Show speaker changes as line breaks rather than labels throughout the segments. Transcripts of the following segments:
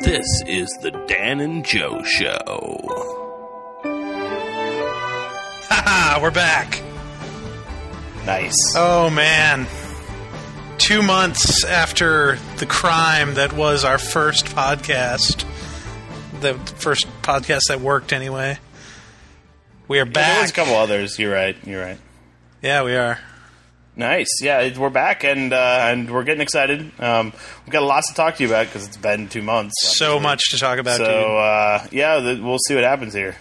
This is the Dan and Joe Show.
Haha, we're back.
Nice.
Oh man. Two months after the crime that was our first podcast, the first podcast that worked anyway, we are
There was
back.
a couple others. You're right. You're right.
Yeah, we are.
Nice. Yeah, it- we're back and uh, and we're getting excited. Um, we've got lots to talk to you about because it's been two months.
So much to talk about.
So
dude. All
uh, yeah, th- we'll see what happens here.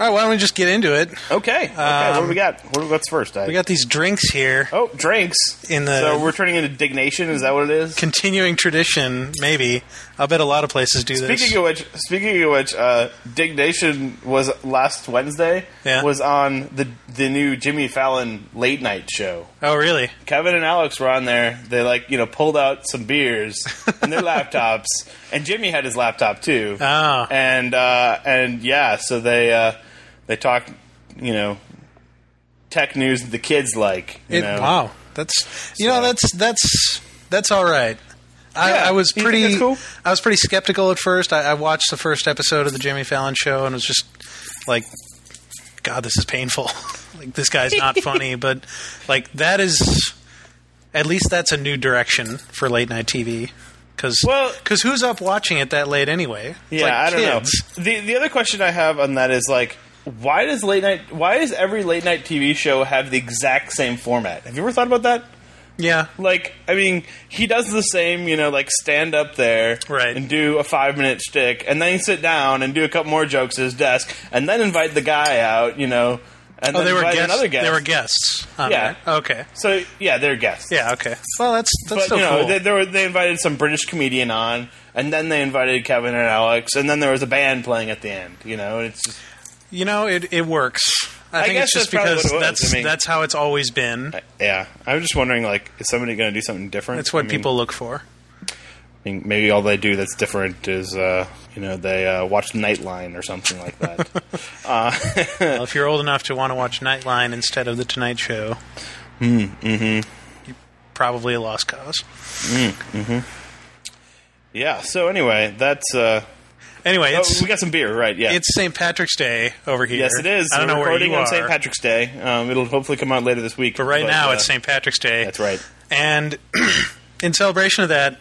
right, why don't we just get into it?
Okay. Okay. what do we got? What, what's first? I,
Um, We got these drinks here.
oh drinks
In the-
So we're turning into dignation. Is that what it is?
Continuing tradition, maybe. I'll bet a lot of places do this.
Speaking of which, speaking of which, uh, dignation was last Wednesday.
Yeah.
Was on the the new Jimmy Fallon late night show.
oh, really?
Kevin and Alex were on there. They like you know pulled out some beers and their laptops, and Jimmy had his laptop too.
Ah.
and uh, and yeah, so they uh, they talked you know tech news that the kids like. You
It,
know?
Wow, that's you know
So-
that's that's that's all right. I,
Yeah,
I was
you think
pretty
that's cool?
I was pretty skeptical at first. I, I watched the first episode of the Jimmy Fallon show and was just like, God, this is painful. like this guy's not funny, but like that is at least that's a new direction for late night TV. Because
Well-
who's up watching it that late anyway? It's
Yeah,
like
I don't
kids.
know. The the other question I have on that is like, why does late night? Why does every late night TV show have the exact same format? Have you ever thought about that?
Yeah,
Like, I mean, he does the same, you know, like stand up there
Right.
and do a five minute shtick, and then sit down and do a couple more jokes at his desk, and then invite the guy out, you know, and
oh,
then
they were
invite
guests.
another guest.
They were guests. on
Yeah.
that. Okay.
So yeah, they're guests.
Yeah. Okay. Well, that's that's
But
so
you know,
cool.
they, they, were, they invited some British comedian on, and then they invited Kevin and Alex, and then there was a band playing at the end. You know, and it's just
You know, it, it works. I,
I
think it's
guess
just
that's probably what
because
it was.
that's
I mean-
that's how it's always been.
yeah. I was just wondering, like, is somebody going to do something different?
That's what
I mean,
people look for.
I mean, maybe all they do that's different is, uh, you know, they uh, watch Nightline or something like that.
Well, if you're old enough to want to watch Nightline instead of The Tonight Show, mm-hmm.
Hmm, mm-hmm.
you're probably a lost cause.
Yeah. So anyway, that's uh,
Anyway,
oh,
it's
we got some beer, right? Yeah.
it's St. Patrick's Day over here.
yes, it is.
I don't
We're
know where
recording
you
on
are,
St. Patrick's Day. Um, it'll hopefully come out later this week.
but right now
uh,
it's St. Patrick's Day.
That's right.
And in celebration of that,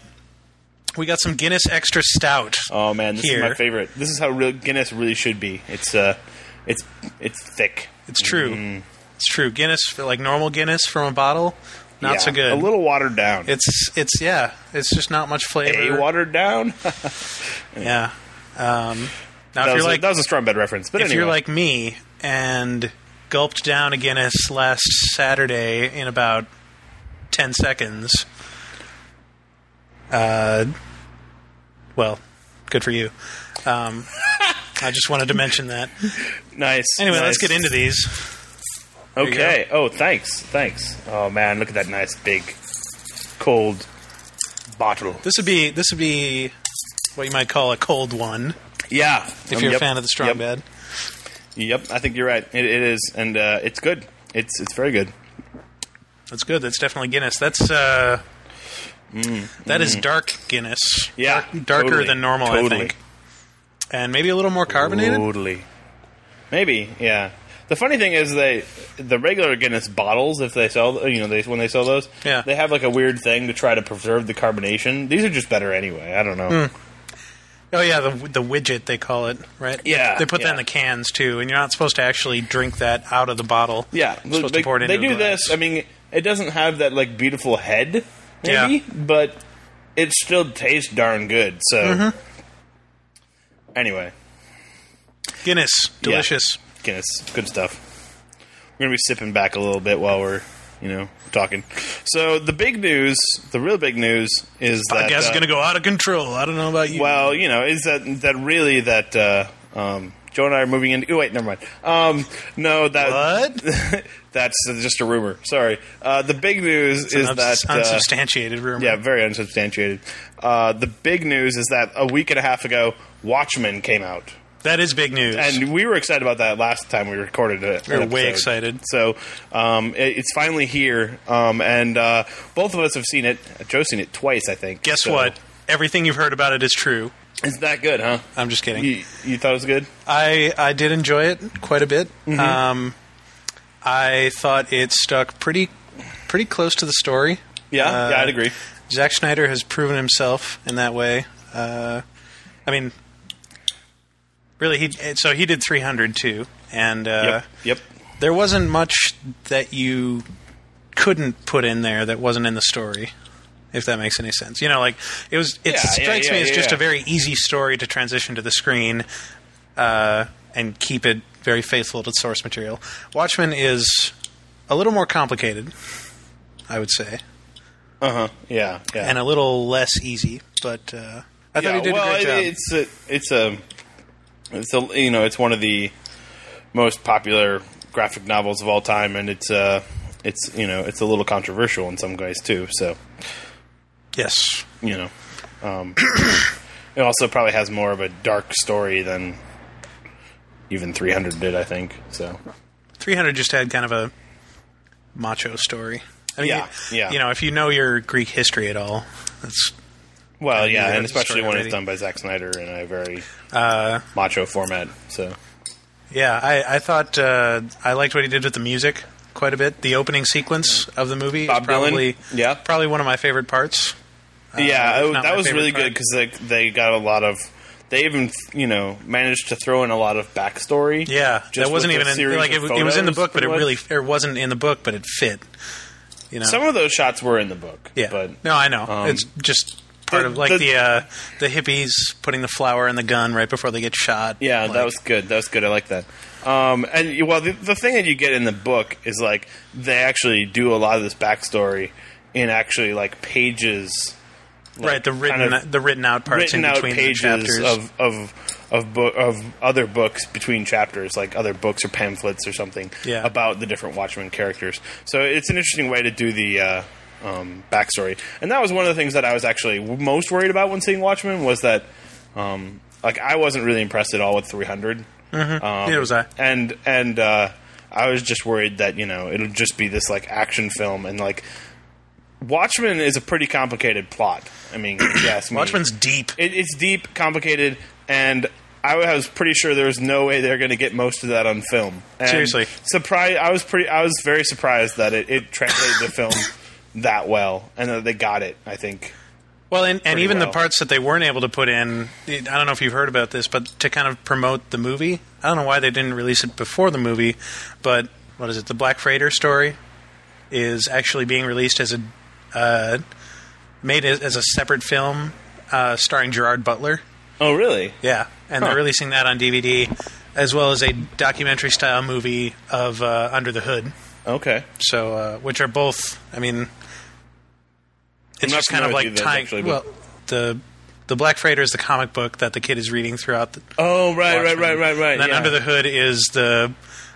we got some Guinness Extra Stout.
Oh man, this
Here.
is my favorite. This is how real Guinness really should be. It's uh, it's it's thick.
It's true.
mm-hmm.
It's true. Guinness, like normal Guinness from a bottle, not
Yeah,
so good.
A little watered down.
It's it's yeah. It's just not much
a
flavor.
watered down.
Yeah. Um, now,
that, was
if you're
a,
like
that was a strong bed reference. But
if
anyway,
you're like me and gulped down a Guinness last Saturday in about ten seconds, uh, well, good for you. Um, I just wanted to mention that.
nice.
Anyway,
nice.
let's get into these. you
Okay. Oh, thanks, thanks. Oh man, look at that nice big cold bottle.
This would be this would be what you might call a cold one
Yeah.
if
Um,
you're
yep,
a fan of the strong
yep.
bed.
Yep, I think you're right. It, it is, and uh, it's good. It's it's very good.
That's good. That's definitely Guinness. That's uh, that is dark Guinness.
Mm-hmm. Yeah,
Dark- darker
totally,
than normal, I
totally.
think, and maybe a little more carbonated.
Totally. Maybe, yeah. The funny thing is, they the regular Guinness bottles, if they sell, you know, they when they sell those,
Yeah.
they have like a weird thing to try to preserve the carbonation. These are just better anyway. I don't know.
Hmm. Oh yeah, the the widget they call it, right?
Yeah,
they put that in
yeah.
the cans too, and you're not supposed to actually drink that out of the bottle.
Yeah,
You're supposed
they,
to pour it into
they
a
do
glass.
this. I mean, it doesn't have that like beautiful head,
Yeah.
maybe, but it still tastes darn good. So,
Mm-hmm.
anyway,
Guinness,
Yeah.
delicious.
Guinness, good stuff. We're gonna be sipping back a little bit while we're, you know, talking. So the big news, the real big news, is
I
that
guess
uh,
it's gonna go out of control. I don't know about you.
well, you know, is that that really that uh, um, Joe and I are moving into? Oh, wait, never mind. Um, no, that
What?
that's just a rumor. Sorry. Uh, the big news
An
is
ups-
that uh,
unsubstantiated rumor?
yeah, very unsubstantiated. Uh, the big news is that a week and a half ago, Watchmen came out.
that is big news.
And we were excited about that last time we recorded it.
We were way excited.
So um, it, it's finally here, um, and uh, both of us have seen it. Joe's seen it twice, I think.
Guess
So-
what? everything you've heard about it is true.
It's that good, huh?
I'm just kidding.
You, you thought it was good?
I I did enjoy it quite a bit. Um, I thought it stuck pretty pretty close to the story.
Yeah,
Uh,
yeah, I'd agree.
Zack Snyder has proven himself in that way. Uh, I mean, really, he so he did 300 too, and uh,
Yep, yep.
there wasn't much that you couldn't put in there that wasn't in the story. If that makes any sense, you know, like it was.
Yeah,
It
yeah,
strikes me
yeah,
as
yeah,
just
yeah.
a very easy story to transition to the screen, uh, and keep it very faithful to the source material. Watchmen is a little more complicated, I would say
Uh huh. Yeah, yeah.
and a little less easy. But uh, I thought he did
well,
a great
it-
job.
It's a, it's a, it's a, you know, it's one of the most popular graphic novels of all time, and it's uh, it's you know, it's a little controversial in some ways too. So
yes,
you know, um, it also probably has more of a dark story than even 300 did, I think. So
300 just had kind of a macho story. I mean,
Yeah,
you,
yeah.
You know, if you know your Greek history at all, that's
well,
you
yeah,
read
and
the story
especially when it's
already.
done by Zack Snyder in a very macho format. So
yeah. I I thought uh, I liked what he did with the music quite a bit. The opening sequence of the movie
Bob
is
Dylan?
probably
Yeah.
probably one of my favorite parts.
yeah,
that's
it-
not
that
my
was
favorite
really
part.
good because they, they got a lot of. They even you know managed to throw in a lot of backstory.
Yeah,
just
that wasn't
with
even
a
in,
series
like it,
of
w- it was in the
photos,
book, but it
pretty
really
much.
it wasn't in the book, but it fit. You know,
Some of those shots were in the book.
Yeah.
but
no, I know.
um,
it's just part
the-
of like
the-
the the, uh, the hippies putting the flower in the gun right before they get shot.
Yeah,
Like,
that was good. That was good. I like that. Um, and you- well, the, the thing that you get in the book is like they actually do a lot of this backstory in actually like pages, like,
right. The written
kind of
the written out parts
written
in
out
between the
pages
chapters.
of of of, bo- of other books between chapters, like other books or pamphlets or something
Yeah.
about the different Watchmen characters. So it's an interesting way to do the. Uh, um, backstory, and that was one of the things that I was actually most worried about when seeing Watchmen was that, um, like, I wasn't really impressed at all with 300. Um,
Neither was I.
And and uh, I was just worried that you know it'll just be this like action film and like Watchmen is a pretty complicated plot. I mean, yes,
Watchmen's deep.
it, it's deep, complicated, and I was pretty sure there was no way they're going to get most of that on film. And
Seriously.
surprise! I was pretty, I was very surprised that it, it translated the film that well, and that they got it. I think.
well, and, and
pretty
even
well.
the parts that they weren't able to put in. it- I don't know if you've heard about this, but to kind of promote the movie, I don't know why they didn't release it before the movie. But what is it? The Black Freighter story is actually being released as a uh, made as, as a separate film uh, starring Gerard Butler.
Oh, really?
Yeah, and
Huh.
they're releasing that on DVD as well as a documentary style movie of uh, Under the Hood.
Okay.
So, uh, which are both, I mean, it's
not
just kind of
familiar
like
with these,
tying.
actually,
well,
but-
the the Black Freighter is the comic book that the kid is reading throughout. The,
Oh, right, right,
Watchmen.
right, right, right.
And then
yeah.
Under the Hood is the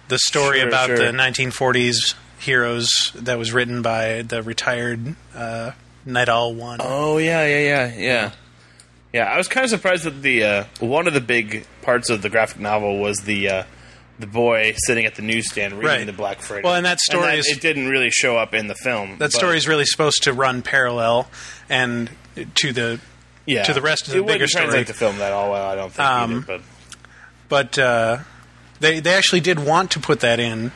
the story
Sure,
about
sure.
the 1940s heroes that was written by the retired uh, Night Owl one.
Oh yeah, yeah, yeah, yeah, yeah. I was kind of surprised that the uh, one of the big parts of the graphic novel was the uh, the boy sitting at the newsstand reading
Right.
the Black Freighter.
Well, and that story
that-
is-
it didn't really show up in the film.
that story is really supposed to run parallel and to the
yeah.
to the rest of the
it wouldn't
bigger story.
translate the film that all well. I don't think
Um,
either, but
but uh, they they actually did want to put that in,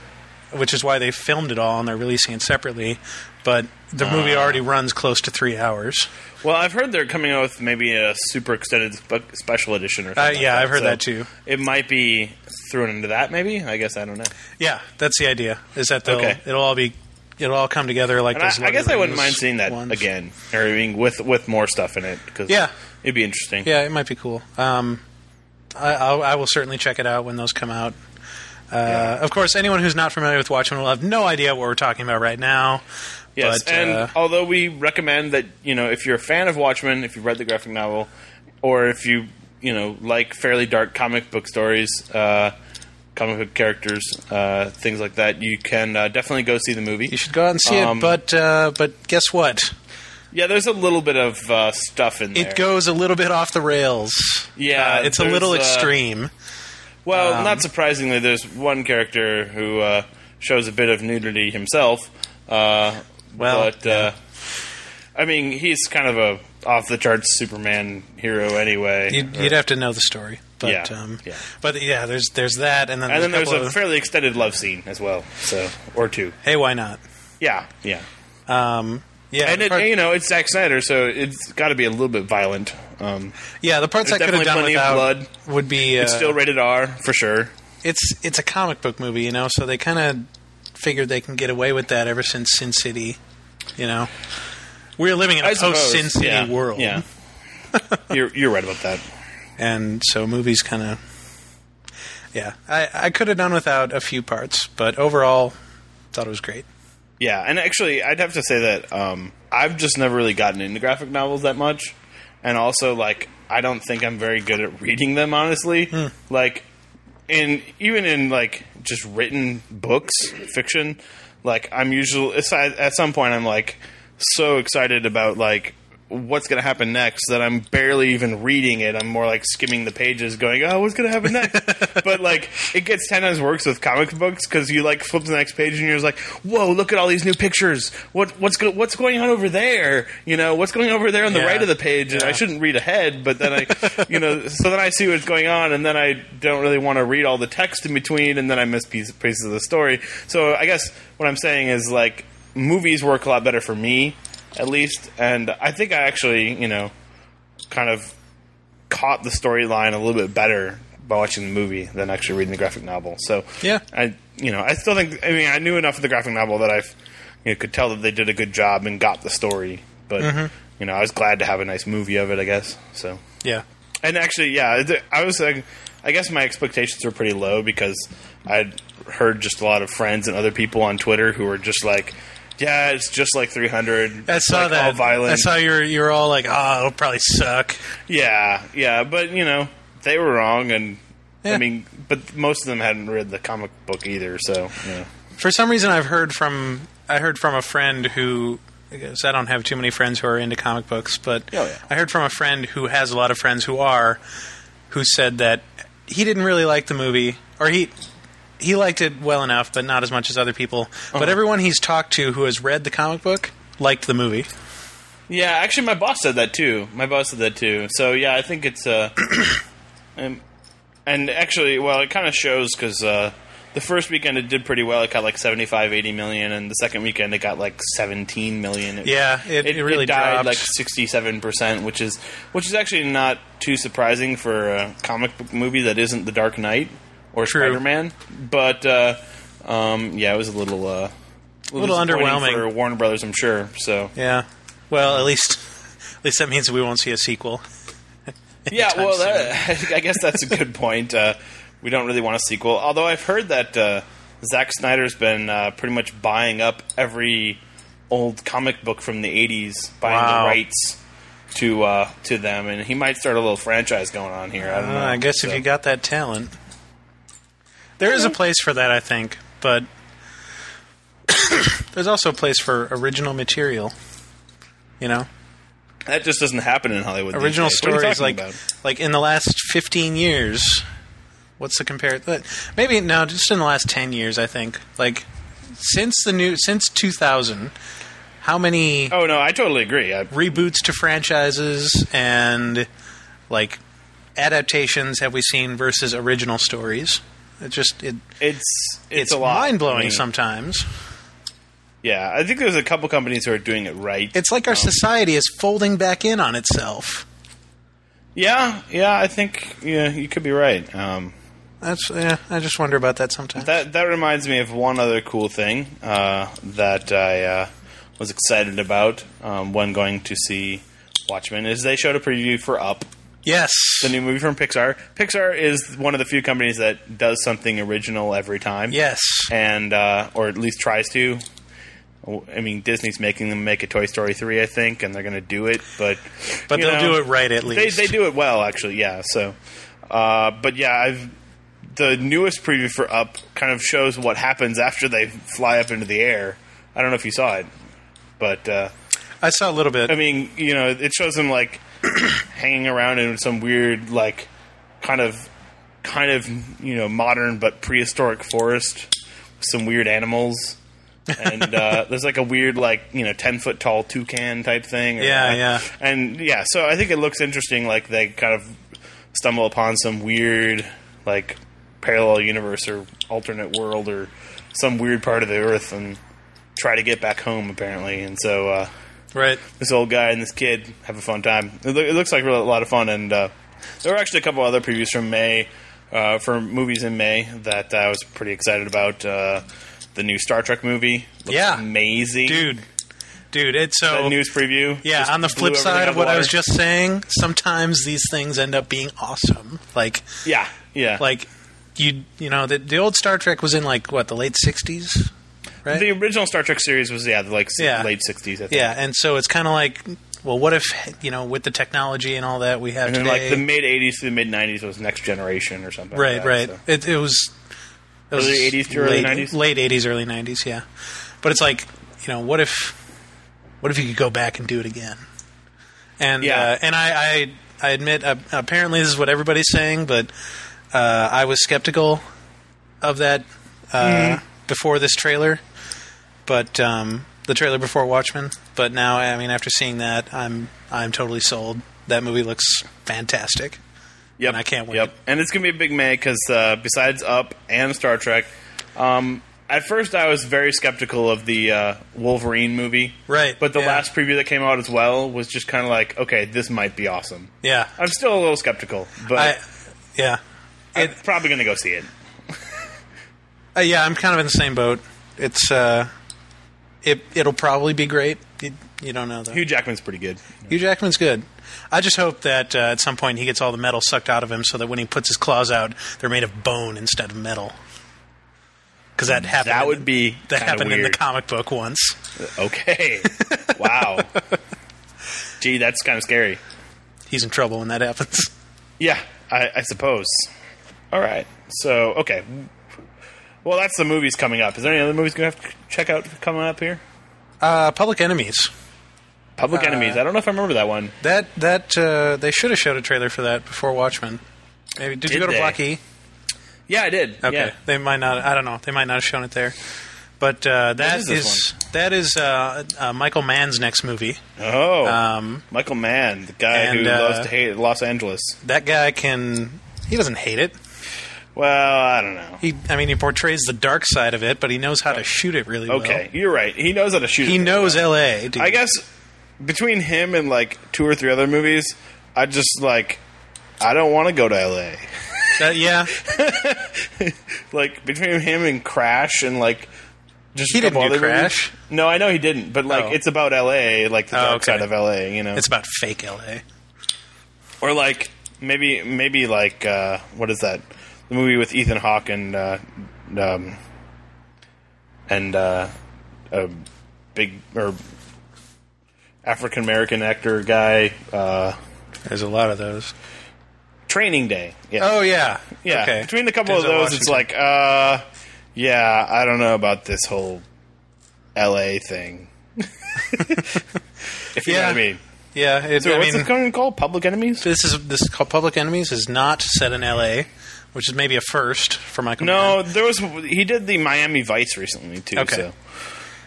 which is why they filmed it all and they're releasing it separately. But the movie already
Ah.
runs close to three hours.
Well, I've heard they're coming out with maybe a super extended spe- special edition or something. like
Uh, yeah,
that,
I've heard
so
that too.
It might be thrown into that, maybe. I guess I don't know.
Yeah, that's the idea. Is that they'll
Okay.
it'll all be it'll all come together like
And
those.
I, I
Lord of
guess
the
I wouldn't
Rings
mind seeing that
ones.
again, or I mean, with with more stuff in it because
Yeah.
it'd be interesting.
Yeah, it might be cool. Um, I, I'll, I will certainly check it out when those come out. Uh, Of course, anyone who's not familiar with Watchmen will have no idea what we're talking about right now.
Yes,
but,
and
uh,
although we recommend that you know if you're a fan of Watchmen, if you've read the graphic novel, or if you you know like fairly dark comic book stories, uh, comic book characters, uh, things like that, you can uh, definitely go see the movie.
you should go out and see
Um,
it. But uh, but guess what?
Yeah, there's a little bit of uh, stuff in there.
It goes a little bit off the rails.
Yeah,
Uh, it's a little
there's, uh,
extreme.
Well,
Um,
not surprisingly, there's one character who uh, shows a bit of nudity himself. Uh,
Well,
but uh, I mean, he's kind of a off the charts Superman hero anyway.
You'd,
Or-
you'd have to know the story, but
Yeah,
um,
yeah.
but yeah, there's there's that, and then
and then there's
there's, couple
a
of-
fairly extended love scene as well. So or two.
hey, why not? Um,
Yeah, yeah.
Yeah,
And
the
it,
part-
you know it's Zack Snyder, so it's got to be a little bit violent. Um,
yeah, the parts I
there's
could have
definitely
done
plenty of
without
blood.
would be uh,
it's still rated R for sure.
it's it's a comic book movie, you know, so they kind of figured they can get away with that ever since Sin City, you know. We're living in a
I
post Sin
suppose,
City
yeah,
world,
Yeah, you're you're right about that.
and so movies kind of, yeah. I I could have done without a few parts, but overall, thought it was great.
Yeah, and actually, I'd have to say that um, I've just never really gotten into graphic novels that much, and also like I don't think I'm very good at reading them. Honestly, like in even in like just written books, fiction, like I'm usually it's- I- at some point I'm like so excited about like what's going to happen next that I'm barely even reading it. I'm more like skimming the pages, going, "Oh, what's going to happen next?" but like, it gets ten times worse with comic books because you like flip to the next page and you're just like, "Whoa, look at all these new pictures! What what's go- what's going on over there? You know, what's going on over there on the
Yeah.
right of the page?" And I
Yeah.
shouldn't read ahead, but then I, you know, so then I see what's going on, and then I don't really want to read all the text in between, and then I miss piece, pieces of the story. So I guess what I'm saying is like, movies work a lot better for me at least. And I think I actually, you know, kind of caught the storyline a little bit better by watching the movie than actually reading the graphic novel. So
Yeah.
I you know I still think I mean I knew enough of the graphic novel that I you know, could tell that they did a good job and got the story. But
Mm-hmm.
you know I was glad to have a nice movie of it. I guess so.
Yeah,
And actually, yeah, it- I was. Like, I guess my expectations were pretty low because I'd heard just a lot of friends and other people on Twitter who were just like, "Yeah, it's just like 300.
I
It's
saw
like
that.
All violent.
I saw you're you're all like, ah, it'll probably suck.
Yeah, yeah, but you know they were wrong, and
Yeah.
I mean, but most of them hadn't read the comic book either, so yeah.
for some reason I've heard from I heard from a friend who I guess I don't have too many friends who are into comic books, but
Oh, yeah.
I heard from a friend who has a lot of friends who are who said that he didn't really like the movie or he he liked it well enough but not as much as other people.
Uh-huh.
But everyone he's talked to who has read the comic book liked the movie.
Yeah, actually, my boss said that too. My boss said that too. So yeah, I think it's uh, and, and actually, well, it kind of shows because uh, the first weekend it did pretty well. It got like 75, 80 million, and the second weekend it got like seventeen million. It,
Yeah, it- it really
died
dropped.
like sixty-seven percent, which is which is actually not too surprising for a comic book movie that isn't The Dark Knight or
True.
Spider-Man. But uh, um, yeah, it was a little uh, a
Little
disappointing
underwhelming.
for Warner Brothers, I'm sure. So
Yeah. Well, at least at least that means we won't see a sequel.
yeah,
anytime
well, that, I guess that's a good point. Uh, we don't really want a sequel. Although I've heard that uh, Zack Snyder's been uh, pretty much buying up every old comic book from the '80s, buying
Wow.
the rights to uh, to them, and he might start a little franchise going on here. I don't know.
Uh, I guess if
So-
you got that talent, there is a place for that, I think. But there's also a place for original material. You know,
that just doesn't happen in Hollywood. these
original
days. What are you
stories like
talking about?
like in the last 15 years. What's the compare? but Maybe no, just in the last 10 years, I think. Like since the new since 2000, how many
Oh no, I totally agree. I,
reboots to franchises and like adaptations have we seen versus original stories? It just it
it's, it's
it's,
a lot.
mind blowing
I mean,
sometimes.
Yeah, I think there's a couple companies who are doing it right.
It's like our society is folding back in on itself.
yeah, yeah. I think yeah, you could be right. Um,
That's yeah. I just wonder about that sometimes.
That that reminds me of one other cool thing uh, that I uh, was excited about um, when going to see Watchmen is they showed a preview for Up,
yes.
the new movie from Pixar. Pixar is one of the few companies that does something original every time.
yes.
and uh, or at least tries to. I mean, Disney's making them make a Toy Story three, I think, and they're going to do it, but
But
you
they'll
know,
do it right at
they,
least.
they do it well, actually. Yeah. So, uh, but yeah, I've the newest preview for Up kind of shows what happens after they fly up into the air. I don't know if you saw it, but uh,
I saw a little bit.
I mean, you know, it shows them like hanging around in some weird, like, kind of, kind of, you know, modern but prehistoric forest. with Some weird animals, and uh, there's like a weird like you know ten foot tall toucan type thing. or-
Yeah, yeah.
And yeah, so I think it looks interesting. Like they kind of stumble upon some weird like parallel universe or alternate world or some weird part of the earth and try to get back home apparently. And so uh,
Right.
this old guy and this kid have a fun time. It, loo- it looks like really a lot of fun, and uh, there were actually a couple other previews from May uh, for movies in May that I was pretty excited about. Uh, the new Star Trek movie, looks
Yeah.
amazing,
Dude. Dude, it's so
That news preview,
Yeah,
just
on the
blew
flip
everything out
side
of
of
the
what I
water.
was just saying, sometimes these things end up being awesome. Like
yeah, yeah,
like you you know, the the old Star Trek was in like what, the late sixties? Right?
the original Star Trek series was yeah, the like s-
Yeah.
late sixties, I think.
yeah, and so it's kinda like well, what if you know, with the technology and all that we have
And then, like
today
the mid '80s to the mid '90s was Next Generation or something.
Right,
like that,
right.
so.
It, it was it was
80s to early
late-
90s?
late eighties, early nineties. Yeah, but it's like you know, what if what if you could go back and do it again? And
Yeah.
uh, and I I, I admit uh, apparently this is what everybody's saying, but uh, I was skeptical of that uh,
Mm-hmm.
before this trailer, but um, the trailer before Watchmen. But now, I mean, after seeing that, I'm I'm totally sold. That movie looks fantastic.
Yep.
And I can't wait.
Yep. And it's going to be a big May because uh, besides Up and Star Trek, um, at first I was very skeptical of the uh, Wolverine movie.
Right,
But the
yeah.
last preview that came out as well was just kind of like, okay, this might be awesome.
Yeah,
I'm still a little skeptical, but
I yeah.
I'm probably going to go see it.
Uh, yeah, I'm kind of in the same boat. It's uh, it it'll probably be great. You, you don't know though.
Hugh Jackman's pretty good.
Hugh Jackman's good. I just hope that uh, at some point he gets all the metal sucked out of him, so that when he puts his claws out, they're made of bone instead of metal. Because that happened.
Hmm. That
in
would
the-
be
that
kinda
happened in the
weird.
comic book once.
Okay. wow. Gee, that's kind of scary.
He's in trouble when that happens.
Yeah, I, I suppose. All right. So, okay. Well, that's the movies coming up. Is there any other movies going to have to check out coming up here?
Uh, Public Enemies.
Public Enemies. I don't know if I remember that one.
That that uh, they should have showed a trailer for that before Watchmen. Maybe did, you
Did
go to
they?
Block E?
Yeah, I did.
Okay,
Yeah.
they might not. I don't know. They might not have shown it there. But uh, that
is
is,
this
that is uh, uh, Michael Mann's next movie.
Oh,
Um,
Michael Mann, the guy
and,
who
uh,
loves to hate Los Angeles.
That guy can. He doesn't hate it.
Well, I don't know.
He, I mean, he portrays the dark side of it, but he knows how to shoot it really well.
Okay, you're right. He knows how to shoot.
He
it.
knows L.A. Dude.
I guess between him and like two or three other movies, I just like I don't want to go to L.A.
That- yeah,
like between him and Crash and like just
He
a couple
didn't do
other movies-
Crash.
No, I know he didn't, but like
Oh.
it's about L.A. like the
Oh,
dark
okay.
side of L.A. You know,
it's about fake L.A.
or like maybe maybe like uh, what is that? The movie with Ethan Hawke and uh, um, and uh, a big or African American actor guy. Uh,
There's a lot of those.
Training Day. Yeah.
Oh yeah,
Yeah,
Okay.
between the couple of
Denzel
those, it's
Washington.
like, uh, yeah, I don't know about this whole L.A. thing. if you know
Yeah.
what I mean.
yeah. It,
So
I
what's
mean,
it going called? Public Enemies?
this is this is called Public Enemies is not set in L.A., which is maybe a first for Michael. Mann.
No, there was. He did the Miami Vice recently too.
Okay.
So.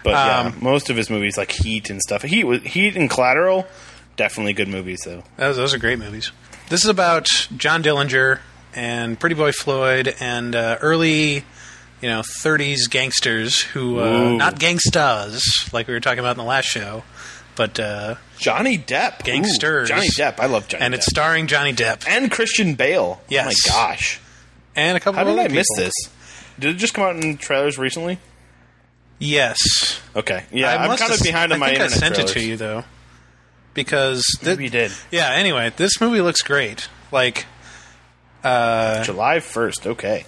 But yeah,
Um,
most of his movies like Heat and stuff. Heat was Heat and Collateral, definitely good movies though.
Those, those are great movies. This is about John Dillinger and Pretty Boy Floyd and uh, early, you know, 30s gangsters who uh,
Ooh.
not gangstas like we were talking about in the last show, but uh,
Johnny Depp, Ooh,
gangsters.
Johnny Depp, I love Johnny.
and
Depp.
it's starring Johnny Depp
and Christian Bale. Oh
Yes.
my gosh,
and a couple.
how
of
did
other
I miss
people.
this? Did it just come out in trailers recently?
Yes,
Okay. Yeah,
I
I'm
must
kind of
have-
behind on
I
my
think
internet.
I sent
trailers.
it to you though, because thi-
Maybe you did.
Yeah. Anyway, this movie looks great. Like
July 1st. Okay.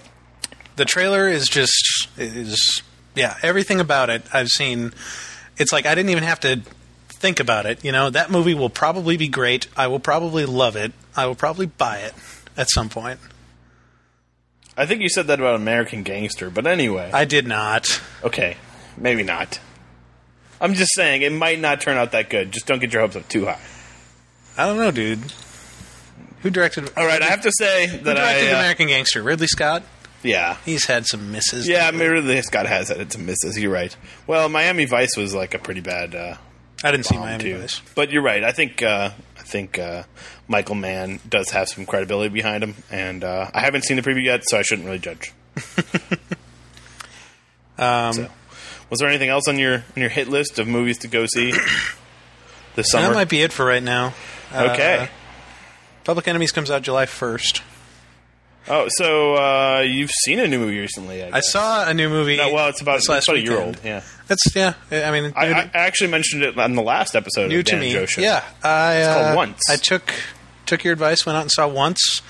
the trailer is just is yeah everything about it i've seen it's like i didn't even have to think about it you know that movie will probably be great i will probably love it i will probably buy it at some point
I think you said that about American Gangster, but anyway.
i did not
okay. Maybe not. I'm just saying it might not turn out that good. Just don't get your hopes up too high.
i don't know dude who directed
All right, I have to say
who
that
directed
I uh,
american gangster ridley scott
Yeah.
He's had some misses.
Yeah, I mean, really, Scott has had it to misses. You're right. Well, Miami Vice was like a pretty bad uh,
I didn't see
bomb,
Miami
too.
Vice.
But you're right. I think uh, I think uh, Michael Mann does have some credibility behind him, and uh, I haven't seen the preview yet, so I shouldn't really judge. um, was there anything else on your on your hit list of movies to go see this summer?
That might be it for right now. Uh,
okay.
Public Enemies comes out July 1st.
oh, so uh, you've seen a new movie recently? I,
I
guess.
saw a new movie.
No, well, it's about,
this
it's
last
about a year
weekend.
old. Yeah.
That's yeah. I mean,
I,
new,
I actually mentioned it on the last episode
new
of
to
Dan
me.
Joe Show.
Yeah, I uh,
called Once.
I took took your advice, went out and saw once.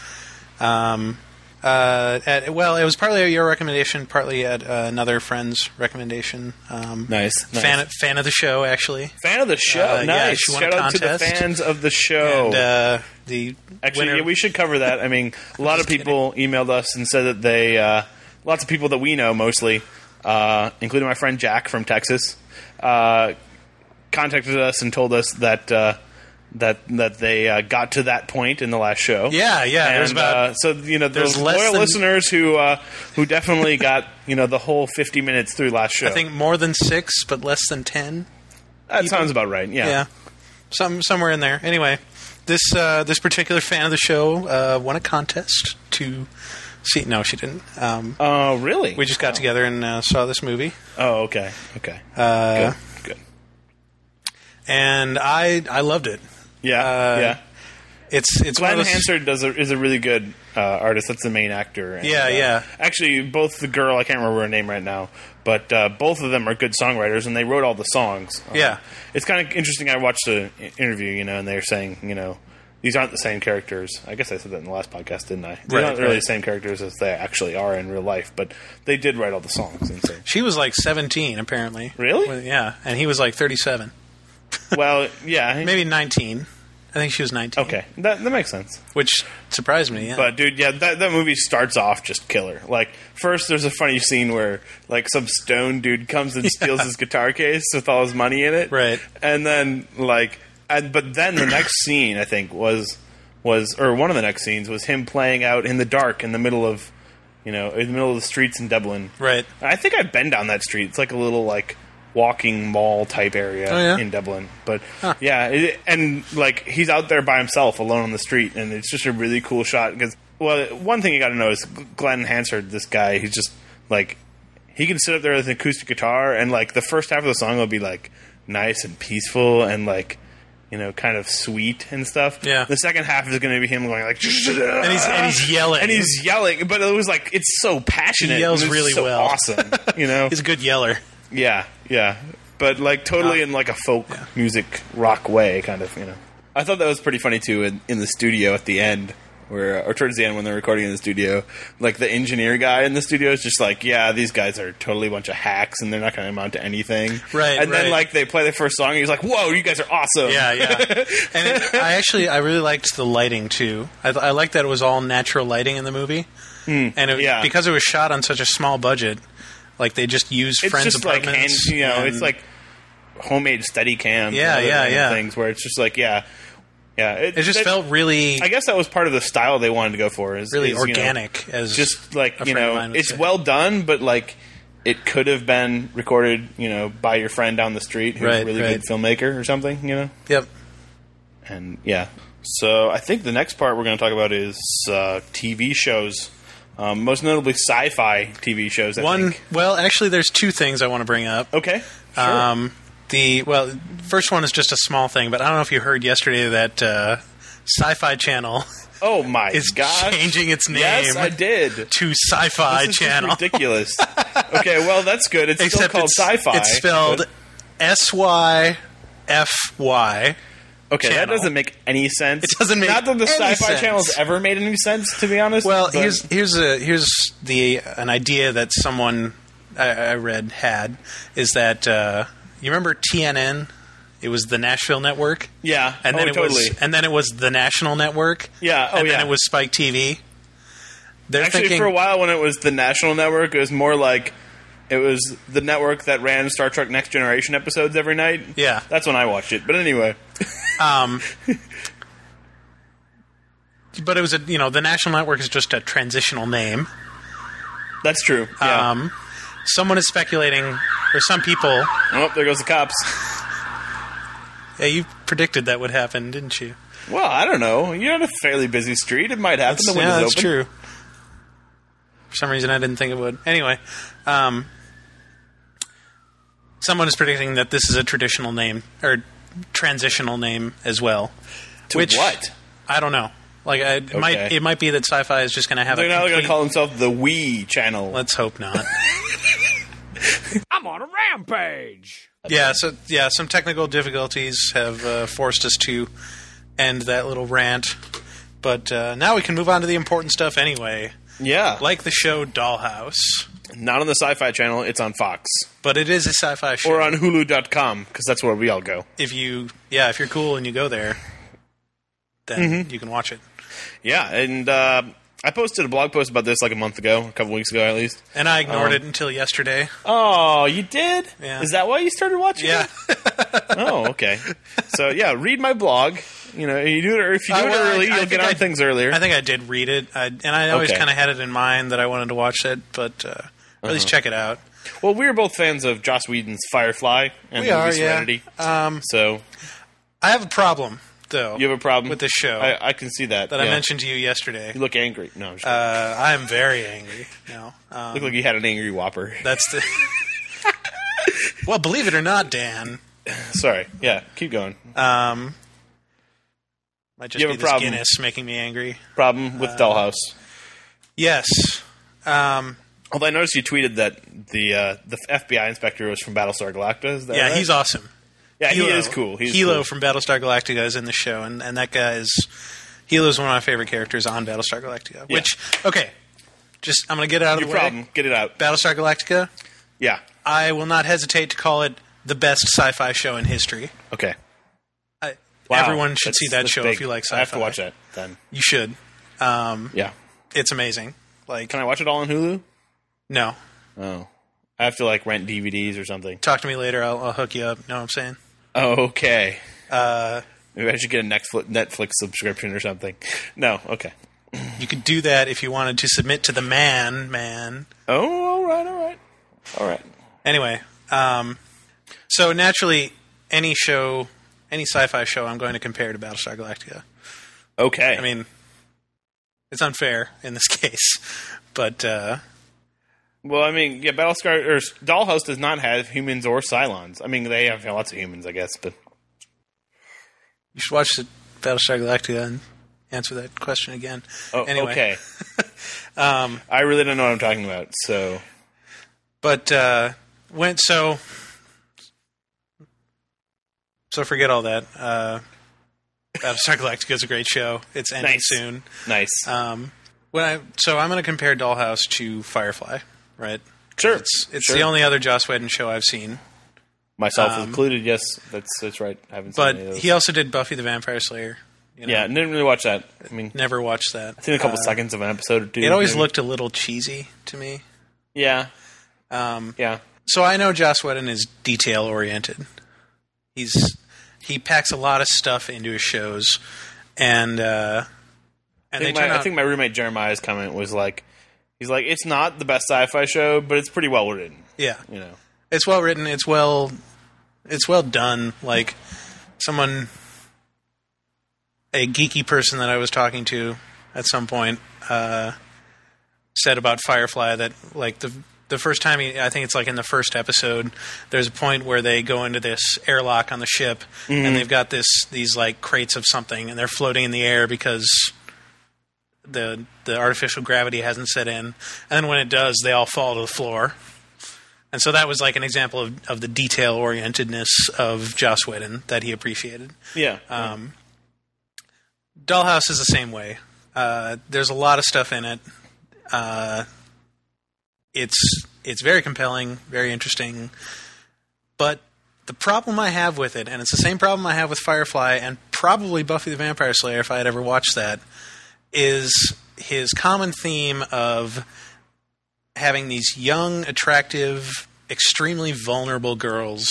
Um, uh, at, well, it was partly at your recommendation, partly at uh, another friend's recommendation. Um,
Nice, nice.
fan fan of the show actually,
Fan of the show.
Uh, yeah,
nice.
she won a
Shout out to the
contest.
fans of the show.
and uh, the
Oh. Actually,
winner-
yeah, we should cover that. I mean, a lot of
Just
people emailed us and said that they, uh, lots of people that we know mostly, uh, including my friend Jack from Texas, uh, contacted us and told us that uh, that that they uh, got to that point in the last show.
yeah yeah.
And,
there's about
uh, so you know
there's
those
less
loyal
than-
listeners who uh, who definitely got you know the whole 50 minutes through last show.
I think more than six, but less than ten.
that sounds about right. Yeah.
Yeah, some somewhere in there. Anyway, this uh, this particular fan of the show uh, won a contest to see. No, she didn't. Um,
Oh, really?
we just got together and uh, saw this movie,
Oh, okay. Okay. Uh, good. Good.
and I I loved it.
Yeah.
uh,
yeah.
It's it's one
Glenn
of those-
Hansard does a, is a really good uh, artist. That's the main actor. And,
Yeah,
uh,
yeah.
Actually, both the girl I can't remember her name right now, but uh, both of them are good songwriters, and they wrote all the songs. Uh,
Yeah.
it's kind of interesting. I watched the i- interview, you know, and they're saying, you know, these aren't the same characters. I guess I said that in the last podcast, didn't I? They're
Right,
not really
right.
the same characters as they actually are in real life, but they did write all the songs. And so,
She was like 17 apparently.
Really?
Well, Yeah, and he was like 37,
well, yeah,
maybe 19. I think she was 19.
Okay, that that makes sense.
which surprised me. Yeah.
Oh. But dude, yeah, that that movie starts off just killer. Like first, there's a funny scene where like some stone dude comes and steals his guitar case with all his money in it,
Right.
And then like, and, but then the next scene I think was was or one of the next scenes was him playing out in the dark in the middle of you know in the middle of the streets in Dublin,
Right.
I think I've been down that street. It's like a little like walking mall type area
Oh, yeah?
in Dublin. But yeah, it, and like he's out there by himself, alone on the street, and it's just a really cool shot. Because well, one thing you got to know is Glenn Hansard, this guy, he's just like he can sit up there with an acoustic guitar, and like the first half of the song will be like nice and peaceful, and like. You know, kind of sweet and stuff.
Yeah.
The second half is going to be him going like,
and he's and he's yelling.
uh, and he's yelling, but it was like it's so passionate.
He yells
and it's
really
so
well.
Awesome, you know.
he's a good yeller.
yeah, yeah, but like totally in like a folk music rock way, kind of. You know, I thought that was pretty funny too. In, in the studio at the end, where or towards the end when they're recording in the studio, like the engineer guy in the studio is just like, yeah, these guys are totally a bunch of hacks, and they're not going to amount to anything.
Right,
And then
right.
like they play the first song, and he's like, whoa, you guys are awesome.
Yeah, yeah. And it, I actually, I really liked the lighting too. I, I liked that it was all natural lighting in the movie, and it,
Hmm. yeah.
because it was shot on such a small budget, like they just used
it's
friends'
just like hand,
apartments.
you know,
and-
it's like homemade steady cams.
Yeah,
and other
yeah,
random
yeah.
Things where it's just like, yeah, yeah.
it just
that-
felt really,
I guess that was part of the style they wanted to go for. Is
really
is, you know,
organic. as
just like
a
you
friend of
know,
mine would
it's
say.
well done, but like it could have been recorded, you know, by your friend down the street who's a
Right,
really
right.
good filmmaker or something, you know.
Yep.
And yeah, so I think the next part we're going to talk about is uh, TV shows. Um, most notably, sci-fi TV shows. I
One.
think.
Well, actually, there's two things I want to bring up.
okay, Oh, sure.
Um, the well, first one is just a small thing, but I don't know if you heard yesterday that uh, Sci-Fi Channel
oh my
is
god,
changing its name
Yes, I did.
to Sci-Fi
This is
Channel.
ridiculous. okay, well that's good. It's
except
still called
it's,
sci-fi.
It's spelled
but-
S Y F Y.
okay. That
channel.
doesn't make any sense.
It doesn't make
not that the
any
sci-fi
sense.
channel's ever made any sense. To be honest,
Well,
but-
here's here's a here's the an idea that someone I, I read had is that uh, you remember TNN? It was the Nashville network,
yeah,
and
oh,
then it
totally.
was and then it was the national network.
Yeah, oh,
and
yeah.
then it was Spike TV. They're
actually
thinking
for a while when it was the national network, it was more like. It was the network that ran Star Trek Next Generation episodes every night.
Yeah.
That's when I watched it. But anyway.
but it was a you know the national network is just a transitional name
That's true. Yeah.
Um, someone is speculating, or some people.
oh, there goes the cops.
Yeah, you predicted that would happen, didn't you?
Well, I don't know. You're on a fairly busy street. It might happen. the window's
yeah, that's
open.
true. For some reason, I didn't think it would. Anyway, um, someone is predicting that this is a traditional name or transitional name as well.
To
which
what?
I don't know. Like I, it might
Okay.
it might be that sci-fi is just going to have
They're
a
now going
complete-
to call themselves the Wii Channel.
Let's hope not.
I'm on a rampage.
yeah. So yeah, some technical difficulties have uh, forced us to end that little rant, but uh, now we can move on to the important stuff anyway,
yeah, like
like the show Dollhouse.
not on the Sci-Fi Channel. It's on Fox
But it is a sci-fi show.
or on Hulu.com because that's where we all go.
if you yeah if you're cool and you go there then
Mm-hmm.
you can watch it
Yeah, and uh, I posted a blog post about this like a month ago, a couple weeks ago at least.
and i
Um,
ignored it until yesterday
Oh, you did?
Yeah.
Is that why you started watching?
yeah
it? Oh, okay. so yeah, read my blog. You know, you do it if you do
I-
it
well, I-
early,
I
you'll
think
get on
I-
things earlier.
i think i did read it I, and i always
Okay.
kind of had it in mind that i wanted to watch it but uh, at
Uh-huh.
least check it out
well, we are both fans of Joss Whedon's Firefly and
We
the
are,
movie
yeah.
Serenity. Um, so
i have a problem though
you have a problem
with this show
I, I can see that.
that i
yeah.
mentioned to you yesterday
You look angry. No, I'm just
uh, i am very angry now um,
look like you had an angry whopper.
that's the well believe it or not dan um,
Sorry. Yeah, keep going.
might just
You
be
have a
this
problem.
guinness making me angry
Problem
Uh,
with Dollhouse.
yes um,
Although I noticed you tweeted that the uh, the FBI inspector was from Battlestar Galactica. Is that
yeah
right?
he's awesome
yeah
Hilo.
he is cool. He's
Hilo
cool.
from Battlestar Galactica is in the show, and, and that guy is Hilo's one of my favorite characters on Battlestar Galactica. Which okay, just I'm gonna get it out of
Your
the way.
problem. Get it out.
Battlestar Galactica.
Yeah.
I will not hesitate to call it the best sci-fi show in history.
Okay.
I,
Wow.
Everyone should
That's-
see that
that's
show
big.
if you like sci-fi. Mm-hmm.
I have to watch that then.
You should. Um,
Yeah.
It's amazing. Like
Can I watch it all on Hulu?
no,
Oh. I have to like rent DVDs or something.
talk to me later. I'll, I'll hook you up. Know what I'm saying?
Oh, okay. Uh, Maybe I should get a Netflix, Netflix subscription or something. No, okay.
You could do that if you wanted to submit to the man, man.
Oh, all right, all right, all right.
Anyway, um, so naturally, any show, any sci-fi show, I'm going to compare to Battlestar Galactica.
Okay.
I mean, it's unfair in this case, but uh,
Well, I mean, yeah, Battlestar or Dollhouse does not have humans or Cylons. I mean, they have lots of humans, I guess, but
you should watch the Battlestar Galactica and answer that question again.
oh,
anyway,
okay. um, I really don't know what I'm talking about. So,
but uh, went so. So forget all that. Uh, Battlestar Galactica is a great show. It's ending
Nice.
soon.
nice.
Um, when I so I'm going to compare Dollhouse to Firefly, right?
sure.
It's it's
Sure.
the only other Joss Whedon show I've seen.
myself
um,
included. Yes, that's that's right. I haven't seen
But
any of those.
he also did Buffy the Vampire Slayer. You know,
yeah, didn't really watch that. I mean,
never watched that.
seen a couple seconds of an episode or two.
It always
maybe.
looked a little cheesy to me.
Yeah,
Um,
yeah.
so I know Joss Whedon is detail oriented. He's he packs a lot of stuff into his shows, and uh,
I
and they
think,
turn
my, I
out-
think my roommate Jeremiah's comment was like, he's like, it's not the best sci-fi show, but it's pretty well written.
yeah,
You know.
it's well written. It's well, it's well done. Like someone, a geeky person that I was talking to at some point, uh, said about Firefly that like the the first time he, I think it's like in the first episode, there's a point where they go into this airlock on the ship and they've got this these like crates of something and they're floating in the air because the the artificial gravity hasn't set in, and then when it does, they all fall to the floor. And so that was like an example of, of the detail orientedness of Joss Whedon that he appreciated.
Yeah.
Uh, Dollhouse is the same way. Uh, there's a lot of stuff in it. Uh, it's it's very compelling, very interesting. But the problem I have with it, and it's the same problem I have with Firefly and probably Buffy the Vampire Slayer if I had ever watched that, is his common theme of having these young, attractive, extremely vulnerable girls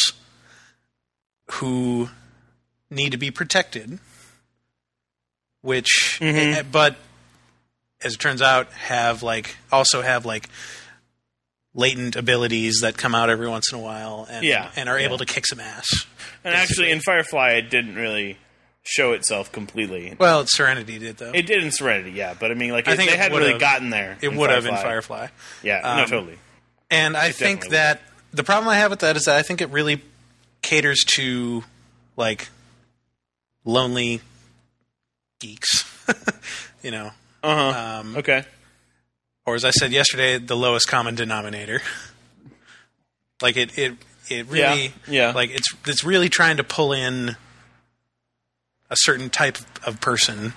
who need to be protected
Mm-hmm.
which eh, but as it turns out have like also have like latent abilities that come out every once in a while and
Yeah.
and are able to kick some ass.
And actually, in Firefly, it didn't really show itself completely.
Well, Serenity did though.
It did in Serenity, yeah, but I mean, like,
I
it-
think
they
it
hadn't
would've-
really gotten there.
it would have in Firefly.
Yeah, no,
Um,
totally.
And I think
definitely
that the problem I have with that is that I think it really caters to like lonely geeks, you know, uh-huh.
okay.
or as I said yesterday, the lowest common denominator. like it, it, it really,
yeah.
like it's it's really trying to pull in a certain type of person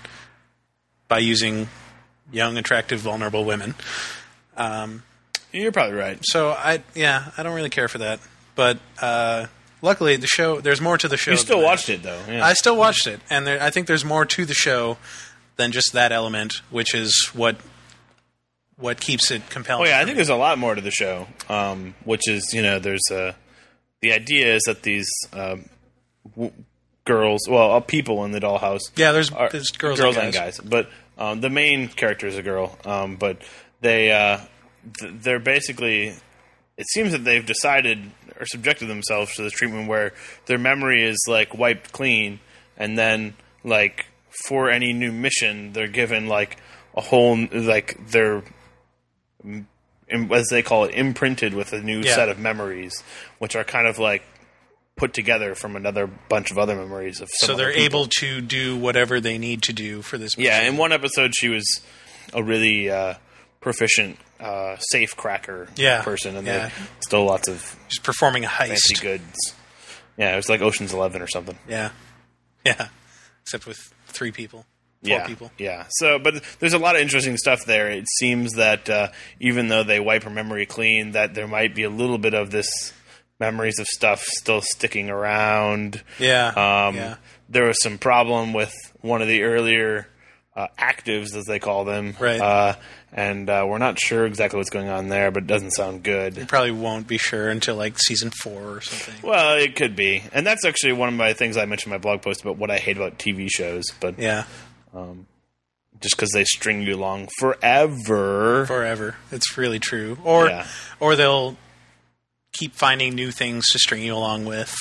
by using young, attractive, vulnerable women.
You're probably right.
So I, yeah, I don't really care for that. But uh, luckily, the show there's more to the show.
You still
than
watched it, though. Yeah.
that. I still watched it, and there, I think there's more to the show than just that element, which is what what keeps it compelling.
Oh yeah, I
for
think
me.
there's a lot more to the show, um, which is you know there's uh, the idea is that these um, w- girls, well, uh, people in the dollhouse,
yeah, there's
are-
there's girls,
and guys, but um, the main character is a girl, um, but they uh, th- they're basically. It seems that they've decided or subjected themselves to this treatment where their memory is like wiped clean, and then like for any new mission, they're given like a whole n- like their im- as they call it, imprinted with a new
Yeah.
set of memories, which are kind of like put together from another bunch of other memories of. some
So
other
they're
people.
able to do whatever they need to do for this.
Yeah,
mission.
in one episode, she was a really uh, proficient uh, safe cracker
Yeah.
person, and
Yeah.
they stole lots of
just performing a
fancy
heist.
goods. Yeah, it was like Ocean's Eleven or something.
Yeah, yeah, except with three people, four
yeah,
people.
Yeah. So, but there's a lot of interesting stuff there. It seems that uh, even though they wipe her memory clean, that there might be a little bit of this memories of stuff still sticking around.
Yeah,
Um,
yeah.
There was some problem with one of the earlier uh, actives, as they call them.
Right.
Uh, and uh, we're not sure exactly what's going on there, but it doesn't sound good.
Probably won't be sure until like season four or something.
Well, it could be. And that's actually one of my things I mentioned in my blog post about what I hate about TV shows, but
Yeah,
just because they string you along forever.
forever. It's really true. Or
Yeah.
or they'll keep finding new things to string you along with.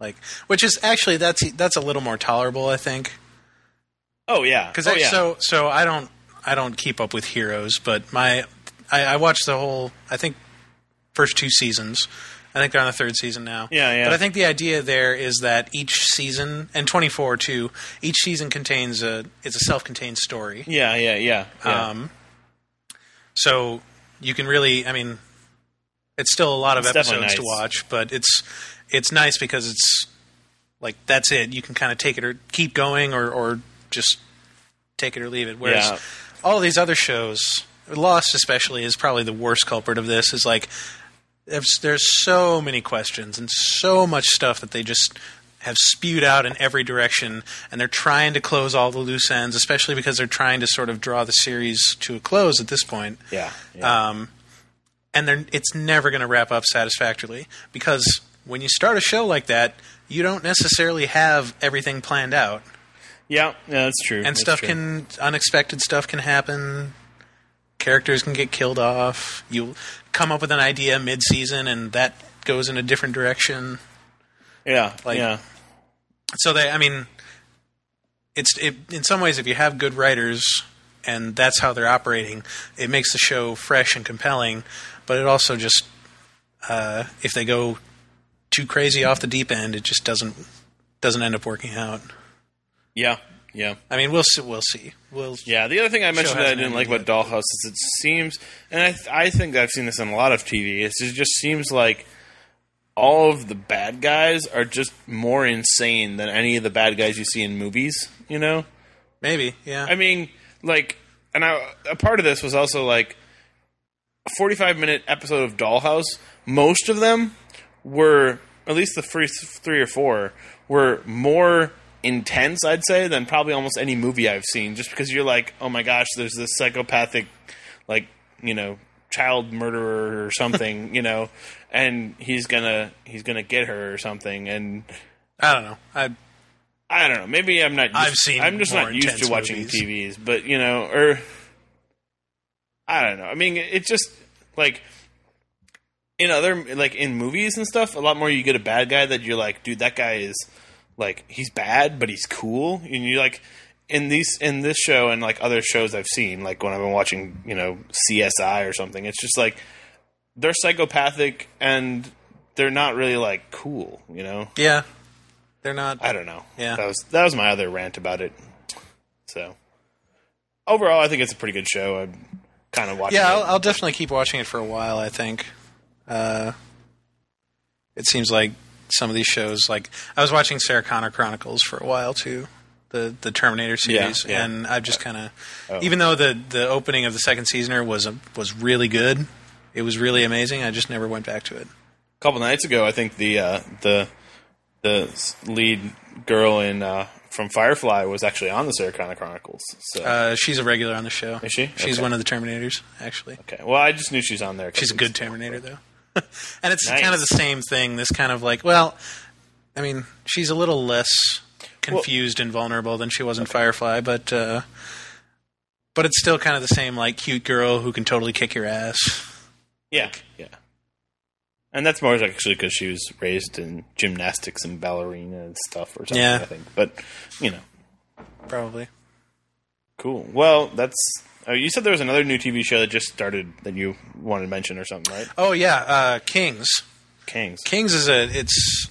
Like which is actually that's that's a little more tolerable, I think.
Oh yeah,
Cuz
oh, yeah.
so so I don't I don't keep up with Heroes, but my I, I watched the whole I think first two seasons. I think they're on the third season now.
Yeah, yeah.
But I think the idea there is that each season and 24 too, each season contains a it's a self-contained story.
yeah, yeah, yeah, yeah.
Um, so you can really, I mean, it's still a lot of
It's
episodes
definitely
to
nice.
watch, but it's it's nice because it's like that's it. You can kind of take it or keep going, or or just take it or leave it. Whereas
Yeah.
all these other shows, Lost especially, is probably the worst culprit of this. Is like there's, there's so many questions and so much stuff that they just have spewed out in every direction, and they're trying to close all the loose ends, especially because they're trying to sort of draw the series to a close at this point.
yeah,
uh,
yeah.
And they're, it's never going to wrap up satisfactorily because when you start a show like that, you don't necessarily have everything planned out,
yeah, yeah, that's true.
and
that's
stuff
true.
can unexpected stuff can happen. Characters can get killed off. You come up with an idea mid-season, and that goes in a different direction.
yeah,
like-
yeah,
so they i mean it's it, in some ways if you have good writers and that's how they're operating it makes the show fresh and compelling but it also just uh, if they go too crazy off the deep end it just doesn't doesn't end up working out
yeah, yeah.
i mean we'll see we'll see we'll
Yeah, the other thing I mentioned that I
hasn't
didn't like
ended
about Dollhouse is it seems, and I, th- I think I've seen this in a lot of TV, is it just seems like all of the bad guys are just more insane than any of the bad guys you see in movies, you know?
maybe yeah
I mean, like, and I, a part of this was also like a 45 minute episode of Dollhouse. Most of them were, at least the first three or four, were more intense, I'd say, than probably almost any movie I've seen. Just because you're like, oh my gosh, there's this psychopathic, like, you know, child murderer or something, you know, and he's gonna he's gonna get her or something, and
i don't know i
I don't know. Maybe I'm not. Used,
I've seen
I'm just
more
not used
intense
to watching
movies.
TVs, but you know, or I don't know. I mean, it just like in other like in movies and stuff, a lot more you get a bad guy that you're like, dude, that guy is like he's bad, but he's cool, and you like in these in this show and like other shows I've seen, like when I've been watching, you know, CSI or something, it's just like they're psychopathic and they're not really like cool, you know.
Yeah, they're not.
I don't know.
Yeah.
that was that was my other rant about it. So overall, I think it's a pretty good show. I'm kind of watching.
yeah,
it.
I'll, I'll definitely keep watching it for a while. I think. Uh, it seems like some of these shows, like I was watching Sarah Connor Chronicles for a while too, the the Terminator series,
Yeah, Oh. yeah.
and I've just kind of, even though the the opening of the second seasoner was a, was really good, it was really amazing. I just never went back to it.
couple nights ago, I think the uh, the the s- lead girl in uh, from Firefly was actually on the Sarah Connor Chronicles. So
Uh, she's a regular on the show.
Is she?
She's
Okay.
one of the Terminators, actually.
okay, well, I just knew she was on there. 'cause
She's a good Terminator, though. and it's
Nice.
kind of the same thing. This kind of like, well, I mean, she's a little less confused and vulnerable than she was in Firefly, but uh, but it's still kind of the same like cute girl who can totally kick your ass.
Yeah, yeah. And that's more actually because she was raised in gymnastics and ballerina and stuff or something.
Yeah.
I think, but you know,
Probably.
cool. Well, that's. Oh, you said there was another new TV show that just started that you wanted to mention or something, right?
Oh yeah, uh, Kings.
Kings.
Kings is a it's.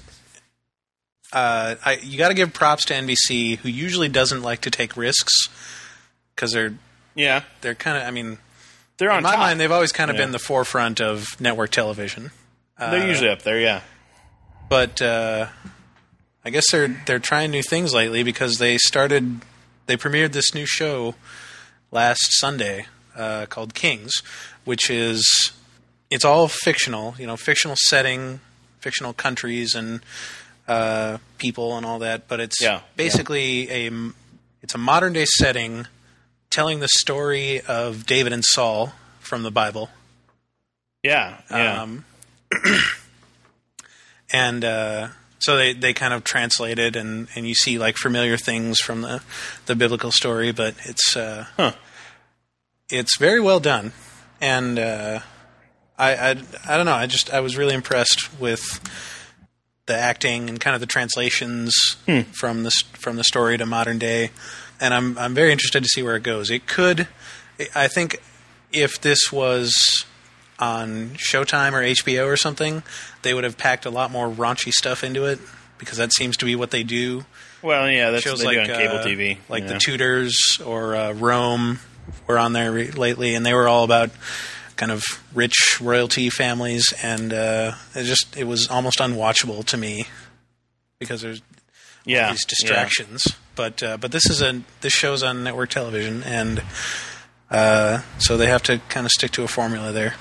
Uh, I, you got to give props to NBC, who usually doesn't like to take risks because they're
Yeah,
they're kind of. I mean,
they're on
in my
top.
mind, they've always kind of
Yeah.
been the forefront of network television. uh,
they're usually up there. Yeah,
but uh, I guess they're they're trying new things lately because they started they premiered this new show last Sunday uh, called Kings, which is it's all fictional, you know, fictional setting, fictional countries and uh, people and all that, but it's
Yeah, yeah.
basically a m- it's a modern day setting telling the story of David and Saul from the Bible.
yeah, yeah.
Um, and uh, so they, they kind of translate it, and, and you see like familiar things from the, the biblical story, but it's uh, it's very well done, and uh, I, I I don't know, I just I was really impressed with the acting and kind of the translations from the s- from the story to modern day, and I'm I'm very interested to see where it goes. It could, I think, if this was on Showtime or HBO or something, they would have packed a lot more raunchy stuff into it because that seems to be what they do.
Well, yeah, that's what
Shows
they
like
do on cable
uh,
TV.
like
yeah.
The Tudors or uh, Rome, were on there re- lately, and they were all about kind of rich royalty families, and uh, it just it was almost unwatchable to me because there's
yeah,
these distractions. But uh, but this is a this show's on network television, and uh, so they have to kind of stick to a formula there.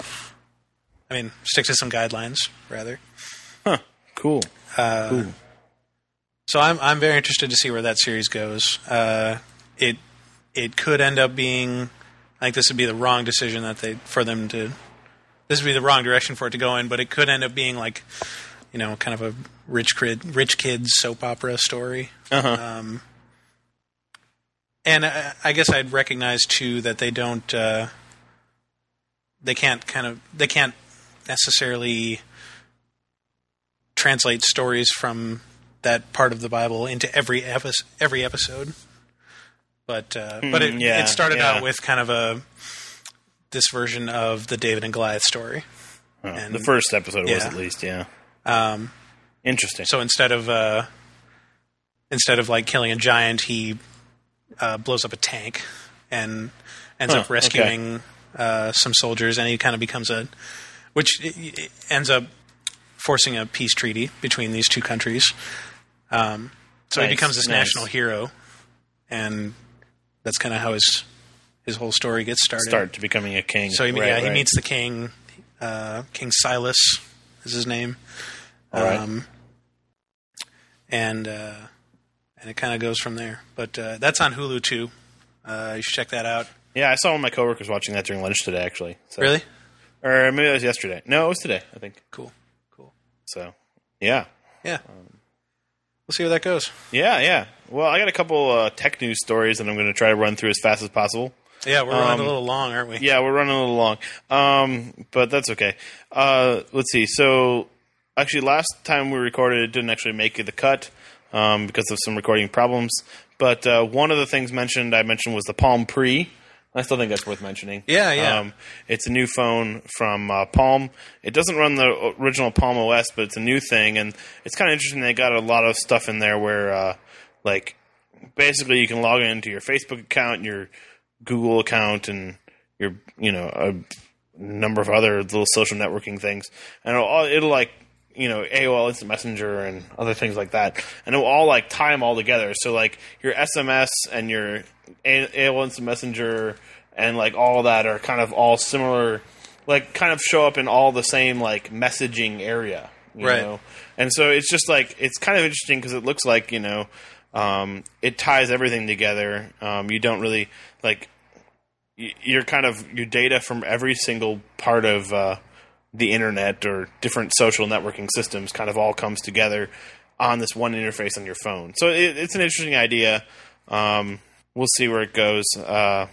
I mean, stick to some guidelines rather.
Yeah. Cool.
Uh, So I'm I'm very interested to see where that series goes. Uh, it it could end up being I think this would be the wrong decision that they for them to this would be the wrong direction for it to go in, but it could end up being like you know kind of a rich kid rich kids soap opera story.
Uh-huh.
Um, and uh, I, I guess I'd recognize too that they don't uh, they can't kind of they can't necessarily translate stories from that part of the Bible into every epi- every episode. But uh, but it,
Mm, yeah,
it started
yeah.
out with kind of a this version of the David and Goliath story.
Oh,
And-
the first episode was
yeah.
at least, yeah.
Um,
Interesting.
so instead of uh, instead of like killing a giant, he uh, blows up a tank and ends
Huh,
up rescuing uh, some soldiers, and he kind of becomes a which i- i- ends up forcing a peace treaty between these two countries. Um, so he
Nice,
becomes this
nice.
national hero, and that's kind of how his his whole story gets started.
Start to becoming a king.
So he,
Right,
yeah, he
right.
meets the king. Uh, king Silas is his name.
All right.
Um, and uh, and it kind of goes from there. But uh, that's on Hulu too. Uh, you should check that out.
yeah, I saw one of my coworkers watching that during lunch today, actually. So.
Really
Or maybe it was yesterday. No, it was today, I think.
cool, cool.
So, yeah.
Yeah,
Um,
we'll see where that goes.
Yeah, yeah. Well, I got a couple uh, tech news stories that I'm going to try to run through as fast as possible.
Yeah, we're
Um,
running a little long, aren't we?
Yeah, we're running a little long, um, but that's okay. Uh, let's see. So, actually, last time we recorded, it didn't actually make the cut um, because of some recording problems. But uh, one of the things mentioned, I mentioned, was the Palm Pre. I still think that's worth mentioning. Um,
Yeah, yeah.
it's a new phone from uh, Palm. It doesn't run the original Palm OS, but it's a new thing, and it's kind of interesting. They got a lot of stuff in there where, uh, like, basically you can log into your Facebook account, your Google account, and your you know a number of other little social networking things, and it'll, all- it'll like you know AOL Instant Messenger and other things like that, and it'll all like tie them all together. So like your SMS and your A- AOL Instant Messenger and like all that are kind of all similar, like kind of show up in all the same like messaging area, you
Right.
Know? And so it's just like it's kind of interesting because it looks like you know um, it ties everything together. Um, you don't really like y- your kind of your data from every single part of uh, the internet or different social networking systems kind of all comes together on this one interface on your phone. So it, it's an interesting idea. Um, we'll see where it goes. Uh,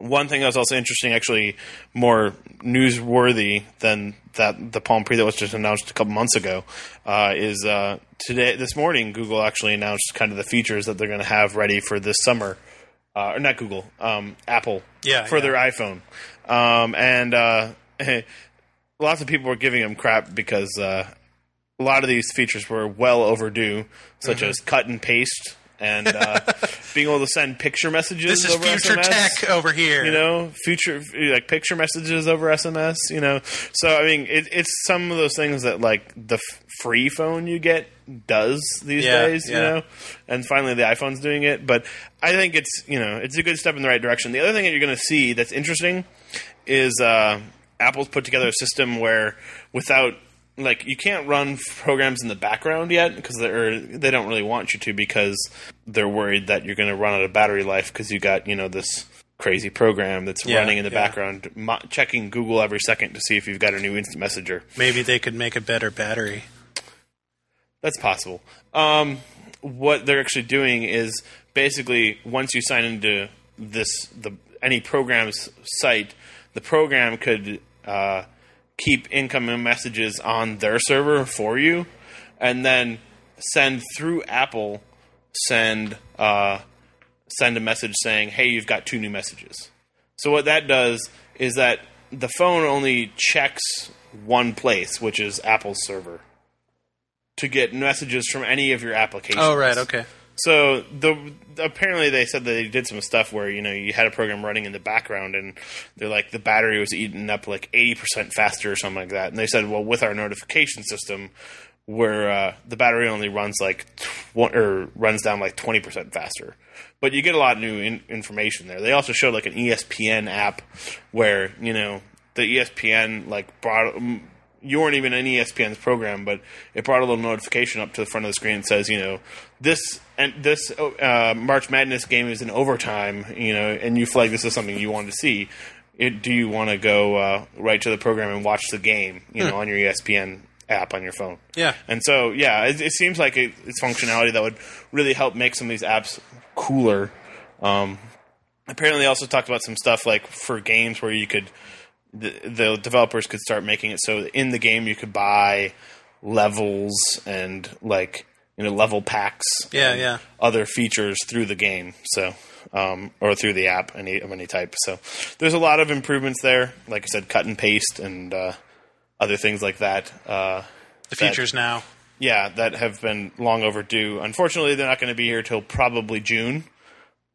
one thing that was also interesting, actually more newsworthy than that the Palm Pre that was just announced a couple months ago, uh, is uh, today this morning Google actually announced kind of the features that they're going to have ready for this summer, uh, or not Google, um, Apple,
Yeah,
for
yeah.
their iPhone, um, and uh, lots of people were giving them crap because uh, a lot of these features were well overdue, such
Mm-hmm.
as cut and paste. And uh, being able to send picture messages.
This is
over
future
SMS
tech over here.
you know future like picture messages over sms you know so i mean it, it's some of those things that like the f- free phone you get does these
Yeah,
days you
yeah.
know and finally the iphone's doing it but i think it's you know it's a good step in the right direction the other thing that you're going to see that's interesting is uh, apple's put together a system where without like you can't run programs in the background yet because they're they don't really want you to because they're worried that you're going to run out of battery life because you got you know this crazy program that's
Yeah,
running in the
yeah.
background mo- checking google every second to see if you've got a new instant messenger
Maybe they could make a better battery.
that's possible. Um, what they're actually doing is basically once you sign into this the any program's site, the program could uh, keep incoming messages on their server for you, and then send through Apple send uh, send a message saying, "Hey, you've got two new messages." So what that does is that the phone only checks one place, which is Apple's server, to get messages from any of your applications.
Oh, right. Okay.
So the apparently they said that they did some stuff where you know you had a program running in the background and they're like the battery was eaten up like eighty percent faster or something like that, and they said, well, with our notification system, where uh, the battery only runs like tw- or runs down like twenty percent faster, but you get a lot of new in- information there. They also showed like an E ESPN app where you know the E ESPN like brought. mm, You weren't even in E ESPN's program, but it brought a little notification up to the front of the screen that says, you know, this and this uh, March Madness game is in overtime, you know, and you flag this as something you wanted to see. It, do you want to go uh, right to the program and watch the game, you know, on your E ESPN app on your phone?
Yeah.
And so, yeah, it, it seems like it, it's functionality that would really help make some of these apps cooler. Um, apparently, they also talked about some stuff like for games where you could the, the developers could start making it so in the game you could buy levels and like you know level packs.
Yeah,
and
yeah.
Other features through the game, so um, or through the app any of any type. So there's a lot of improvements there. Like I said, cut and paste and uh, other things like that. Uh,
The features now.
yeah, that have been long overdue. Unfortunately, they're not going to be here till probably June.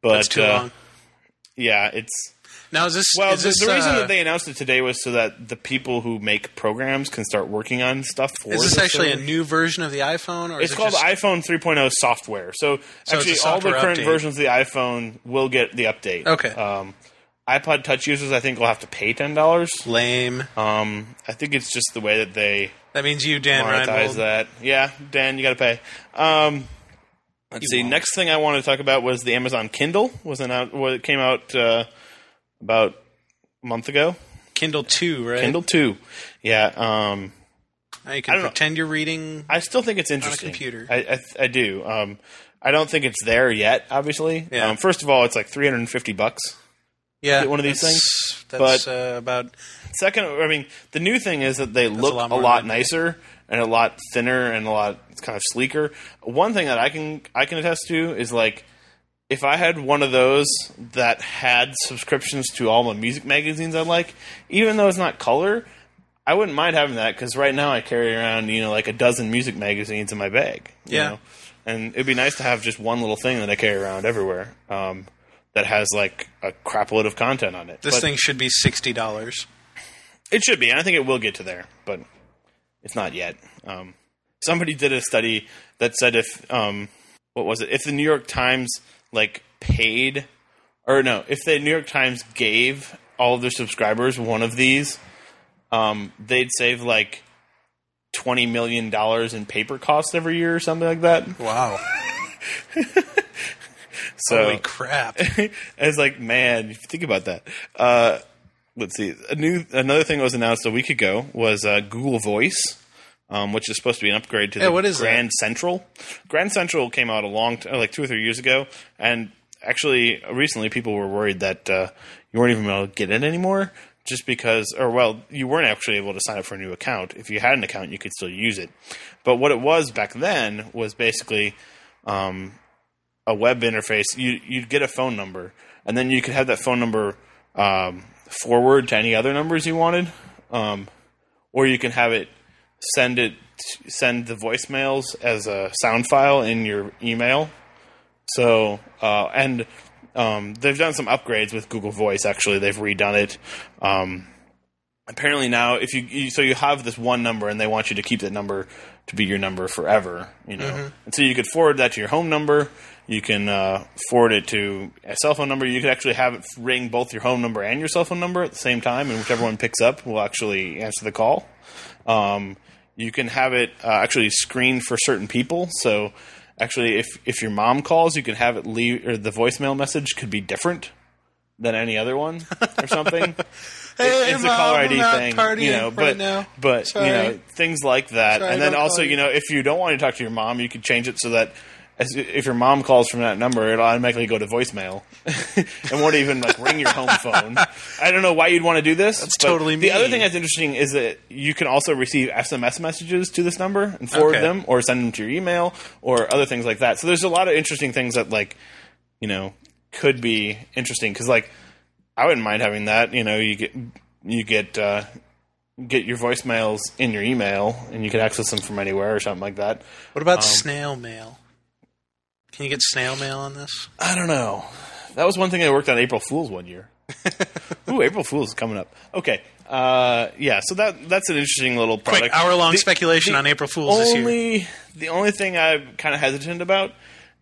But
That's too
uh,
long.
yeah, it's
Now is this?
well.
is
the,
this,
the reason
uh,
that they announced it today was so that the people who make programs can start working on stuff for.
is this
the
actually a
server.
new version of the iPhone, or
It's
is it
called
just,
iPhone 3.0 software. So,
a
actually, all the
software
current
update.
versions of the iPhone will get the update.
Okay.
Um, iPod Touch users, I think, will have to pay ten dollars.
lame?
Um, I think it's just the way that they
that means you, Dan
monetize
Reinhold.
that. Yeah, Dan, you got to pay. Um, let's see. Next thing I wanted to talk about was the Amazon Kindle. Was an out. Well, it came out uh, about a month ago.
Kindle Two, right?
Kindle two. Yeah. Um,
Now you can
don't know.
pretend you're reading.
I still think it's interesting.
computer.
I, I, th- I do. Um, I don't think it's there yet. Obviously.
Yeah.
Um, first of all, it's like three hundred and fifty bucks.
Yeah,
get one of these
that's-
things,
That's
but-
uh, about
Second, I mean, the new thing is that they look a
lot
lot,
more than-
nicer and a lot thinner and a lot kind of sleeker. One thing that I can I can attest to is like if I had one of those that had subscriptions to all the music magazines I like, even though it's not color, I wouldn't mind having that because right now I carry around you know like a dozen music magazines in my bag. you
Yeah.
know? and it'd be nice to have just one little thing that I carry around everywhere. Um, that has like a crap load of content on it.
this
But-
thing should be sixty dollars.
it should be, and I think it will get to there, but it's not yet. Um, somebody did a study that said if um, what was it? If the New York Times like paid, or no, if the New York Times gave all of their subscribers one of these, um, they'd save like twenty million dollars in paper costs every year or something like that.
Wow!
So
Holy crap!
I was like, man, if you think about that. Uh, let's see. A new another thing that was announced a week ago was uh, Google Voice, um, which is supposed to be an upgrade to the
what is
Grand Central. Grand Central came out a long, t- uh, like two or three years ago, and actually recently people were worried that uh, you weren't even able to get it anymore. Just because, or well, you weren't actually able to sign up for a new account. If you had an account, you could still use it. But what it was back then was basically a web interface, you you'd get a phone number, and then you could have that phone number um, forward to any other numbers you wanted, um, or you can have it send it send the voicemails as a sound file in your email. So uh, and um, they've done some upgrades with Google Voice. Actually, they've redone it. Um, apparently now, if you, you so you have this one number, and they want you to keep that number to be your number forever. You know, and so you could forward that to your home number. You can uh, forward it to a cell phone number. You could actually have it ring both your home number and your cell phone number at the same time, and whichever one picks up will actually answer the call. Um, you can have it uh, actually screened for certain people. So actually, if if your mom calls, you can have it leave or the voicemail message could be different than any other one or something.
Hey,
it's a
Mom,
caller
I'm
ID
out
thing,
partying
you know.
right
But
now.
but
Sorry.
you know things like that,
Sorry,
and then
don't
also
call
you
you.
know if you don't want to talk to your mom, you could change it so that. As, if your mom calls from that number, it'll automatically go to voicemail and won't even like ring your home phone. I don't know why you'd want to do this. That's
totally
The other
mean.
thing that's interesting is that you can also receive SMS messages to this number and forward
Okay.
them, or send them to your email, or other things like that. So there's a lot of interesting things that like you know could be interesting because like I wouldn't mind having that. You know, you get you get uh, get your voicemails in your email, and you can access them from anywhere or something like that.
What about
um,
snail mail? Can you get snail mail on this?
I don't know. That was one thing I worked on April Fools one year. Ooh, April Fools is coming up. Okay, uh, yeah. So that that's an interesting little
Quick,
product.
hour long
The-
speculation
the
on April Fools this year.
only the only thing I'm kind of hesitant about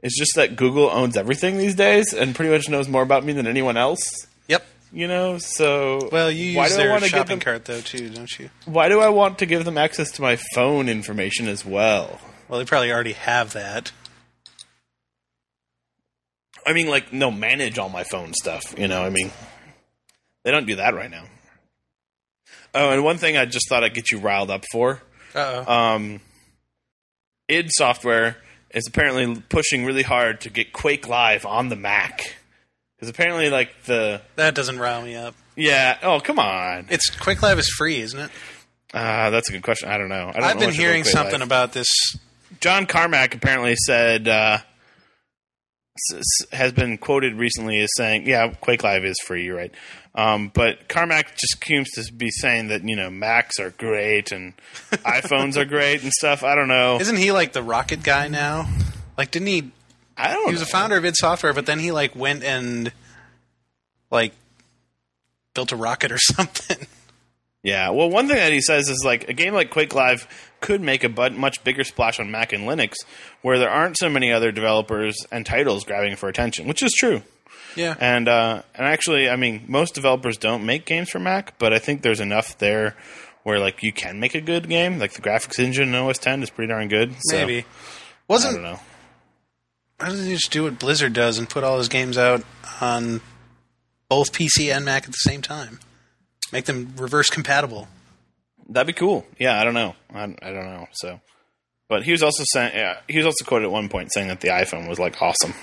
is just that Google owns everything these days and pretty much knows more about me than anyone else.
Yep.
You know, so
Well, you
why
use
do I
their
wanna give
shopping
them-
cart though too, don't you?
Why do I want to give them access to my phone information as well?
Well, they probably already have that.
I mean, like, no, manage all my phone stuff. You know, I mean, they don't do that right now. Oh, and one thing I just thought I'd get you riled up for.
Uh oh.
Um, id Software is apparently pushing really hard to get Quake Live on the Mac. Because apparently, like, the.
that doesn't rile me up.
Yeah, oh, come on.
It's Quick Live is free, isn't it?
Uh, that's a good question. I don't know. I don't
I've
know
been
much
hearing
Quake
something
Live.
about this.
John Carmack apparently said uh, s- s- has been quoted recently as saying, "Yeah, Quake Live is free. You're right." Um, but Carmack just seems to be saying that you know Macs are great and iPhones are great and stuff. I don't know.
Isn't he like the rocket guy now? Like, didn't he?
I don't.
He was a
know.
founder of id Software, but then he like went and like built a rocket or something.
Yeah. Well, one thing that he says is like a game like Quake Live could make a but much bigger splash on Mac and Linux, where there aren't so many other developers and titles grabbing for attention, which is true.
yeah.
And uh, and actually, I mean, most developers don't make games for Mac, but I think there's enough there where like you can make a good game. Like the graphics engine in OS 10 is pretty darn good. So,
Maybe.
I
Wasn't
don't know.
Why doesn't he just do what Blizzard does and put all his games out on both PC and Mac at the same time? Make them reverse compatible.
That'd be cool. Yeah, I don't know. I, I don't know. So, but he was also saying yeah, he was also quoted at one point saying that the iPhone was like awesome.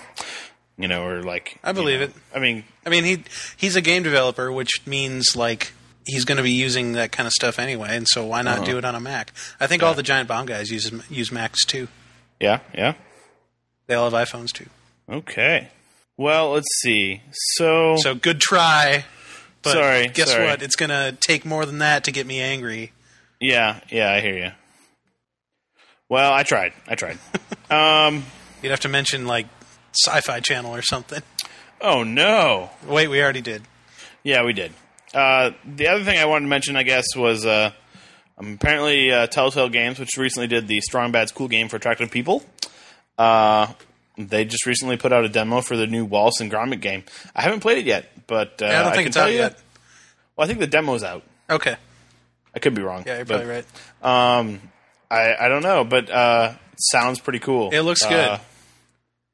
you know, or like
I believe
you
it.
know, I mean,
I mean, he he's a game developer, which means like he's going to be using that kind of stuff anyway, and so why
Uh-huh.
not do it on a Mac? I think all the Giant Bomb guys use use Macs too.
yeah, yeah.
They all have iPhones too.
Okay. Well, let's see. So,
So good try. But
Sorry,
Guess
sorry.
what? It's going to take more than that to get me angry.
yeah, yeah, I hear you. Well, I tried. I tried.
You'd have to mention like Sci-Fi Channel or something.
oh no.
Wait, we already did.
Yeah, we did. Uh, the other thing I wanted to mention, I guess, was uh, um, apparently uh, Telltale Games, which recently did the Strong Bad's Cool Game for Attractive People. Uh, they just recently put out a demo for the new Wallace and Gromit game. I haven't played it yet, but uh,
I don't
can
think it's
tell
out
you-
yet.
Well, I think the demo's out.
Okay.
I could be wrong.
Yeah, you're
but,
probably right.
Um, I I don't know, but uh, it sounds pretty cool.
It looks good.
Uh,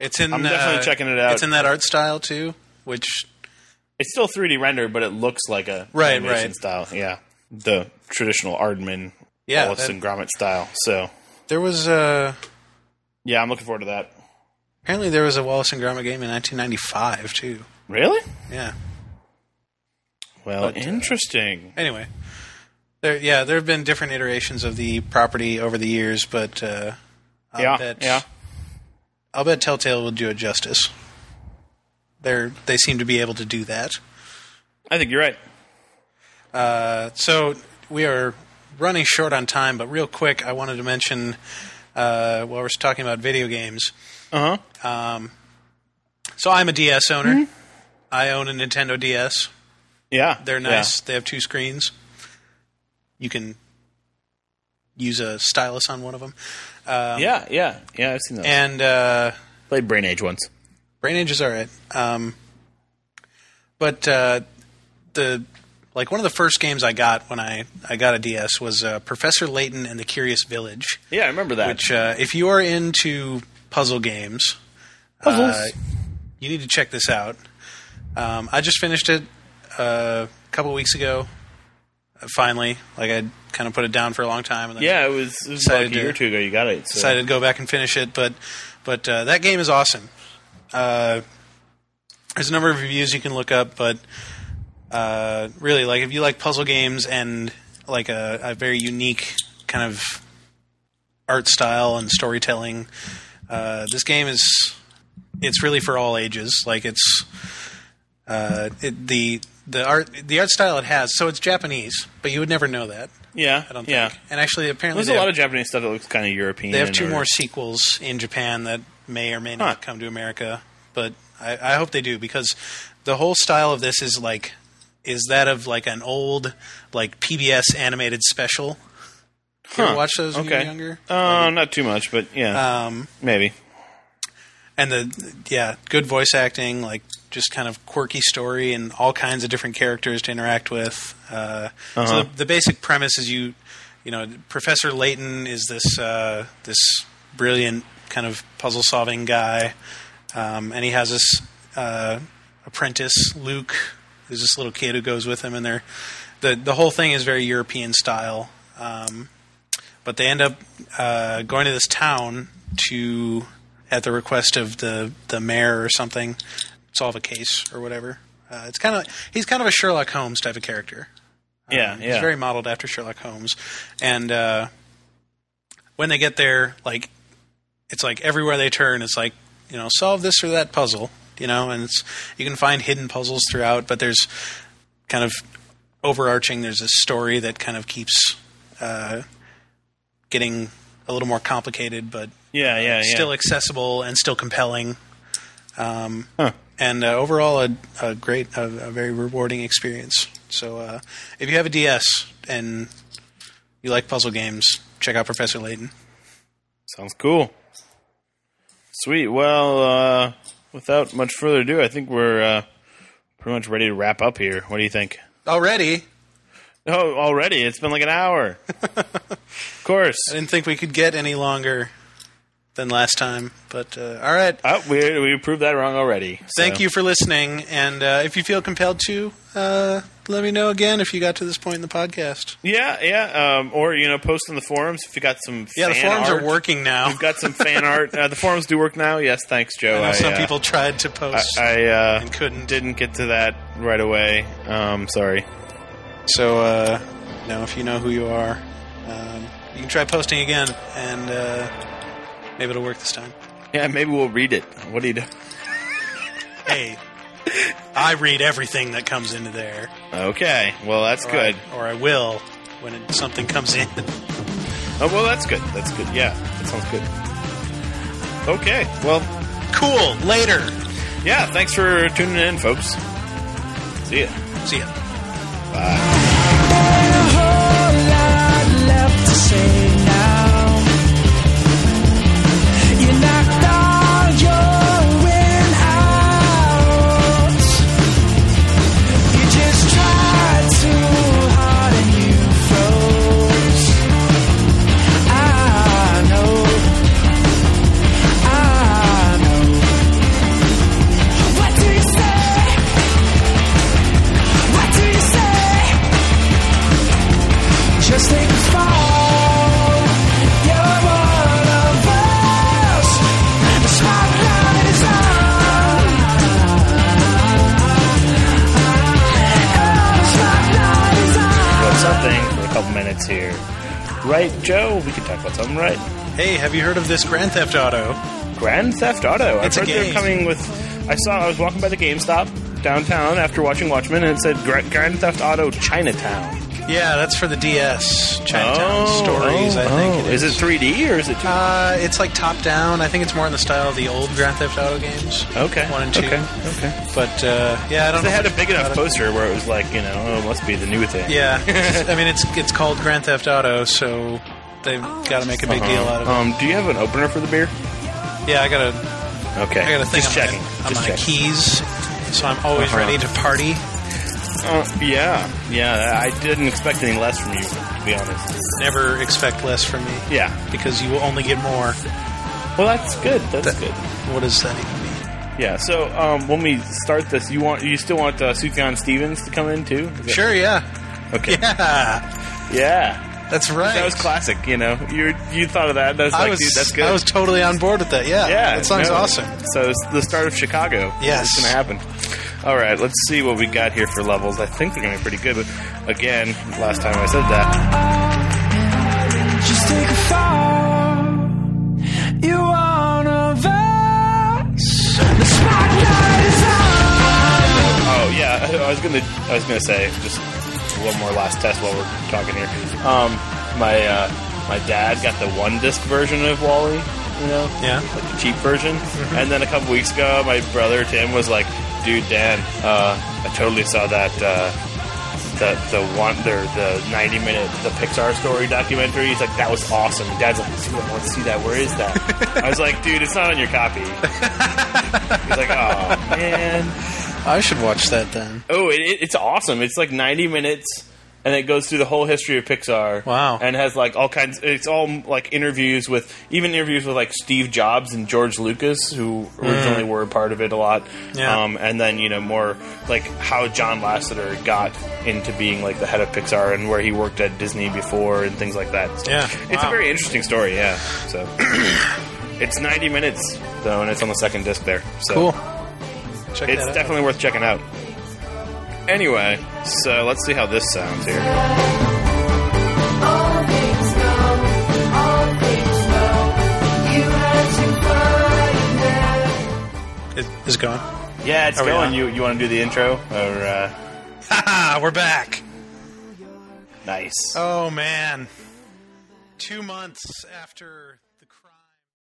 It's in.
I'm definitely
uh,
checking it out.
It's in that art style too, which
it's still 3D rendered, but it looks like a
Right,
animation
right.
style. Yeah, the traditional Aardman
Yeah,
Wallace
that-
and Gromit style. So
there was a.
yeah, I'm looking forward to that.
Apparently, there was a Wallace and Gromit game in 1995 too.
Really?
Yeah.
Well,
uh,
interesting.
Anyway, there. Yeah, there have been different iterations of the property over the years, but uh, I'll
yeah,
bet,
yeah.
I'll bet Telltale will do it justice. They're they seem to be able to do that.
I think you're right.
So we are running short on time, but real quick, I wanted to mention uh, while we're talking about video games.
Uh huh.
So I'm a DS owner.
Mm-hmm.
I own a Nintendo DS.
Yeah,
They're
yeah.
nice. They have two screens. You can use a stylus on one of them.
yeah, yeah, yeah. I've seen those.
um, And uh,
Played Brain Age once.
Brain Age is all right. Um, but uh, the like one of the first games I got when I, I got a DS was uh, Professor Layton and the Curious Village.
Yeah, I remember that.
Which, uh, if you are into puzzle games,
Puzzles.
uh, you need to check this out. Um, I just finished it uh, a couple weeks ago. uh, Finally, like I kind of put it down for a long time, and then
yeah, it was, it was like a
Decided to-
year or two ago. You got it. So.
decided to go back and finish it. But but uh, that game is awesome. Uh, there's a number of reviews you can look up, but uh, really, like if you like puzzle games and like a, a very unique kind of art style and storytelling, uh, this game is it's really for all ages. Like it's uh, it, the the art the art style it has. So it's Japanese, but you would never know that.
Yeah,
I don't
yeah.
think. And actually, apparently
There's
they
a
have-
lot of Japanese stuff that looks kind of European.
they have two
or-
more sequels in Japan that may or may not
Huh.
come to America, but I, I hope they do because the whole style of this is like is that of like an old like PBS animated special. You ever
Huh.
watch those when you were
Okay.
younger?
Uh, not too much, but yeah,
Um,
maybe.
and the yeah, good voice acting, like just kind of quirky story and all kinds of different characters to interact with. Uh, So the, the basic premise is you, you know, Professor Layton is this uh, this brilliant kind of puzzle solving guy, um, and he has this uh, apprentice Luke, who's this little kid who goes with him, and they're the the whole thing is very European style. Um, but they end up uh, going to this town to, at the request of the the mayor or something, solve a case or whatever. Uh, it's kind of he's kind of a Sherlock Holmes type of character.
Yeah, yeah.
He's very modeled after Sherlock Holmes, and uh, when they get there, like it's like everywhere they turn, it's like you know solve this or that puzzle, you know, and it's you can find hidden puzzles throughout, but there's kind of overarching. There's a story that kind of keeps uh, getting a little more complicated, but
yeah, yeah, yeah.
still accessible and still compelling. Um, And uh, overall, a, a great, a, a very rewarding experience. So, uh, if you have a DS and you like puzzle games, check out Professor Layton.
Sounds cool. Sweet. Well, uh, without much further ado, I think we're uh, pretty much ready to wrap up here. What do you think?
Already,
Oh, already? It's been like an hour. of course.
I didn't think we could get any longer. than last time. But uh, all right.
Oh, we we proved that wrong already.
Thank you for listening. And uh, if you feel compelled to, uh, let me know again if you got to this point in the podcast.
Yeah, yeah. Um, or you know, post in the forums if you got some.
Yeah, the
fan
forums
art.
are working now.
We've got some fan art. Uh, the forums do work now. Yes, thanks, Joe.
I know some
uh,
people tried to post
I uh,
and couldn't.
didn't get to that right away. Um, sorry.
So, uh, you know, if you know who you are, um, you can try posting again, and uh, maybe it'll work this time.
Yeah, maybe we'll read it. What do you do?
Hey, I read everything that comes into there.
Okay, well that's
Or I-
good.
or I will when it, something comes in.
Oh well, that's good. That's good. Yeah, that sounds good. Okay, well,
cool. Later.
yeah. Thanks for tuning in, folks. See ya.
See ya.
whole lot left to say now. You knocked all your wind out. You just tried too hard and you froze. I know. I know. What do you say? What do you say? just think it's fall. You're one of us. The spotlight is on. Oh, the spotlight is on.
About something for a couple minutes here. Right, Joe? We can talk about something, right?
Hey, have you heard of this Grand Theft Auto?
Grand Theft Auto.
It's a
I heard they're
game.
coming with. I saw. I was walking by the GameStop downtown after watching Watchmen, and it said Gra- Grand Theft Auto Chinatown.
Yeah, that's for the DS. Chinatown Stories,
oh,
I think.
oh. Is it 3D or is it? 2
Uh, it's like top down. I think it's more in the style of the old Grand Theft Auto games.
okay.
One and two.
Okay. okay.
But uh, yeah, I don't.
They
know
had a
much
big enough
about it.
poster where it was like, you know, oh, it must be the new thing.
Yeah, It's- I mean it's it's called Grand Theft Auto, so they've got to make a big deal out of it.
Um, do you have an opener for the beer?
Yeah, I got a
Okay.
I got a thing.
Uh-huh. Just
on
checking.
My, on
Just
my
checking.
keys, so I'm always
Uh-huh.
ready to party.
Uh, yeah. Yeah. I didn't expect any less from you, to be honest.
Never expect less from me.
Yeah.
because you will only get more.
Well, that's good. That's
That-
good.
What does that even mean?
Yeah. So um, when we start this, you want you still want uh, Sufjan Stevens to come in too? Is that-
Sure, yeah,
Okay. Yeah.
yeah, that's right.
That was classic. You know, you you thought of that. and I was
I
like,
was
dude, that's good.
I was totally on board with that. Yeah,
yeah.
that song's
no.
awesome.
So it's the start of Chicago.
Yes.
It's gonna happen. All right. Let's see what we got here for levels. I think they're gonna be pretty good. But again, last time I said that.
Just take a fall. You one of us. The spotlight is on.
Oh yeah. I, I was gonna I was gonna say just one more last test while we're talking here. Um, my uh, my dad got the one disc version of Wally. You know.
Yeah,
like the cheap version. And then a couple weeks ago, my brother Tim was like, "Dude, Dan, uh, I totally saw that uh, the the one the the ninety minute the Pixar story documentary." He's like, "That was awesome." And Dad's like, "Dude, I want to see that. Where is that?" I was like, "Dude, it's not on your copy." He's like, "Oh man,
I should watch that then.
oh, it, it, it's awesome. It's like ninety minutes." And it goes through the whole history of Pixar.
Wow.
And has like all kinds. It's all like interviews with, even interviews with like Steve Jobs and George Lucas, who originally were a part of it a lot.
Mm. Yeah.
Um, and then you know more like how John Lasseter got into being like the head of Pixar and where he worked at Disney before and things like that. So
Yeah.
It's
Wow.
a very interesting story. Yeah. So it's ninety minutes though, and it's on the second disc there. So
Cool. Check
It's
that out.
definitely worth checking out. Anyway, so let's see how this sounds here.
All things know, all things know, you had to find out.
It is gone.
Yeah, it's
Are we
going.
on?
You you want to do the intro or uh,
Haha, we're back.
nice?
Oh man, two months after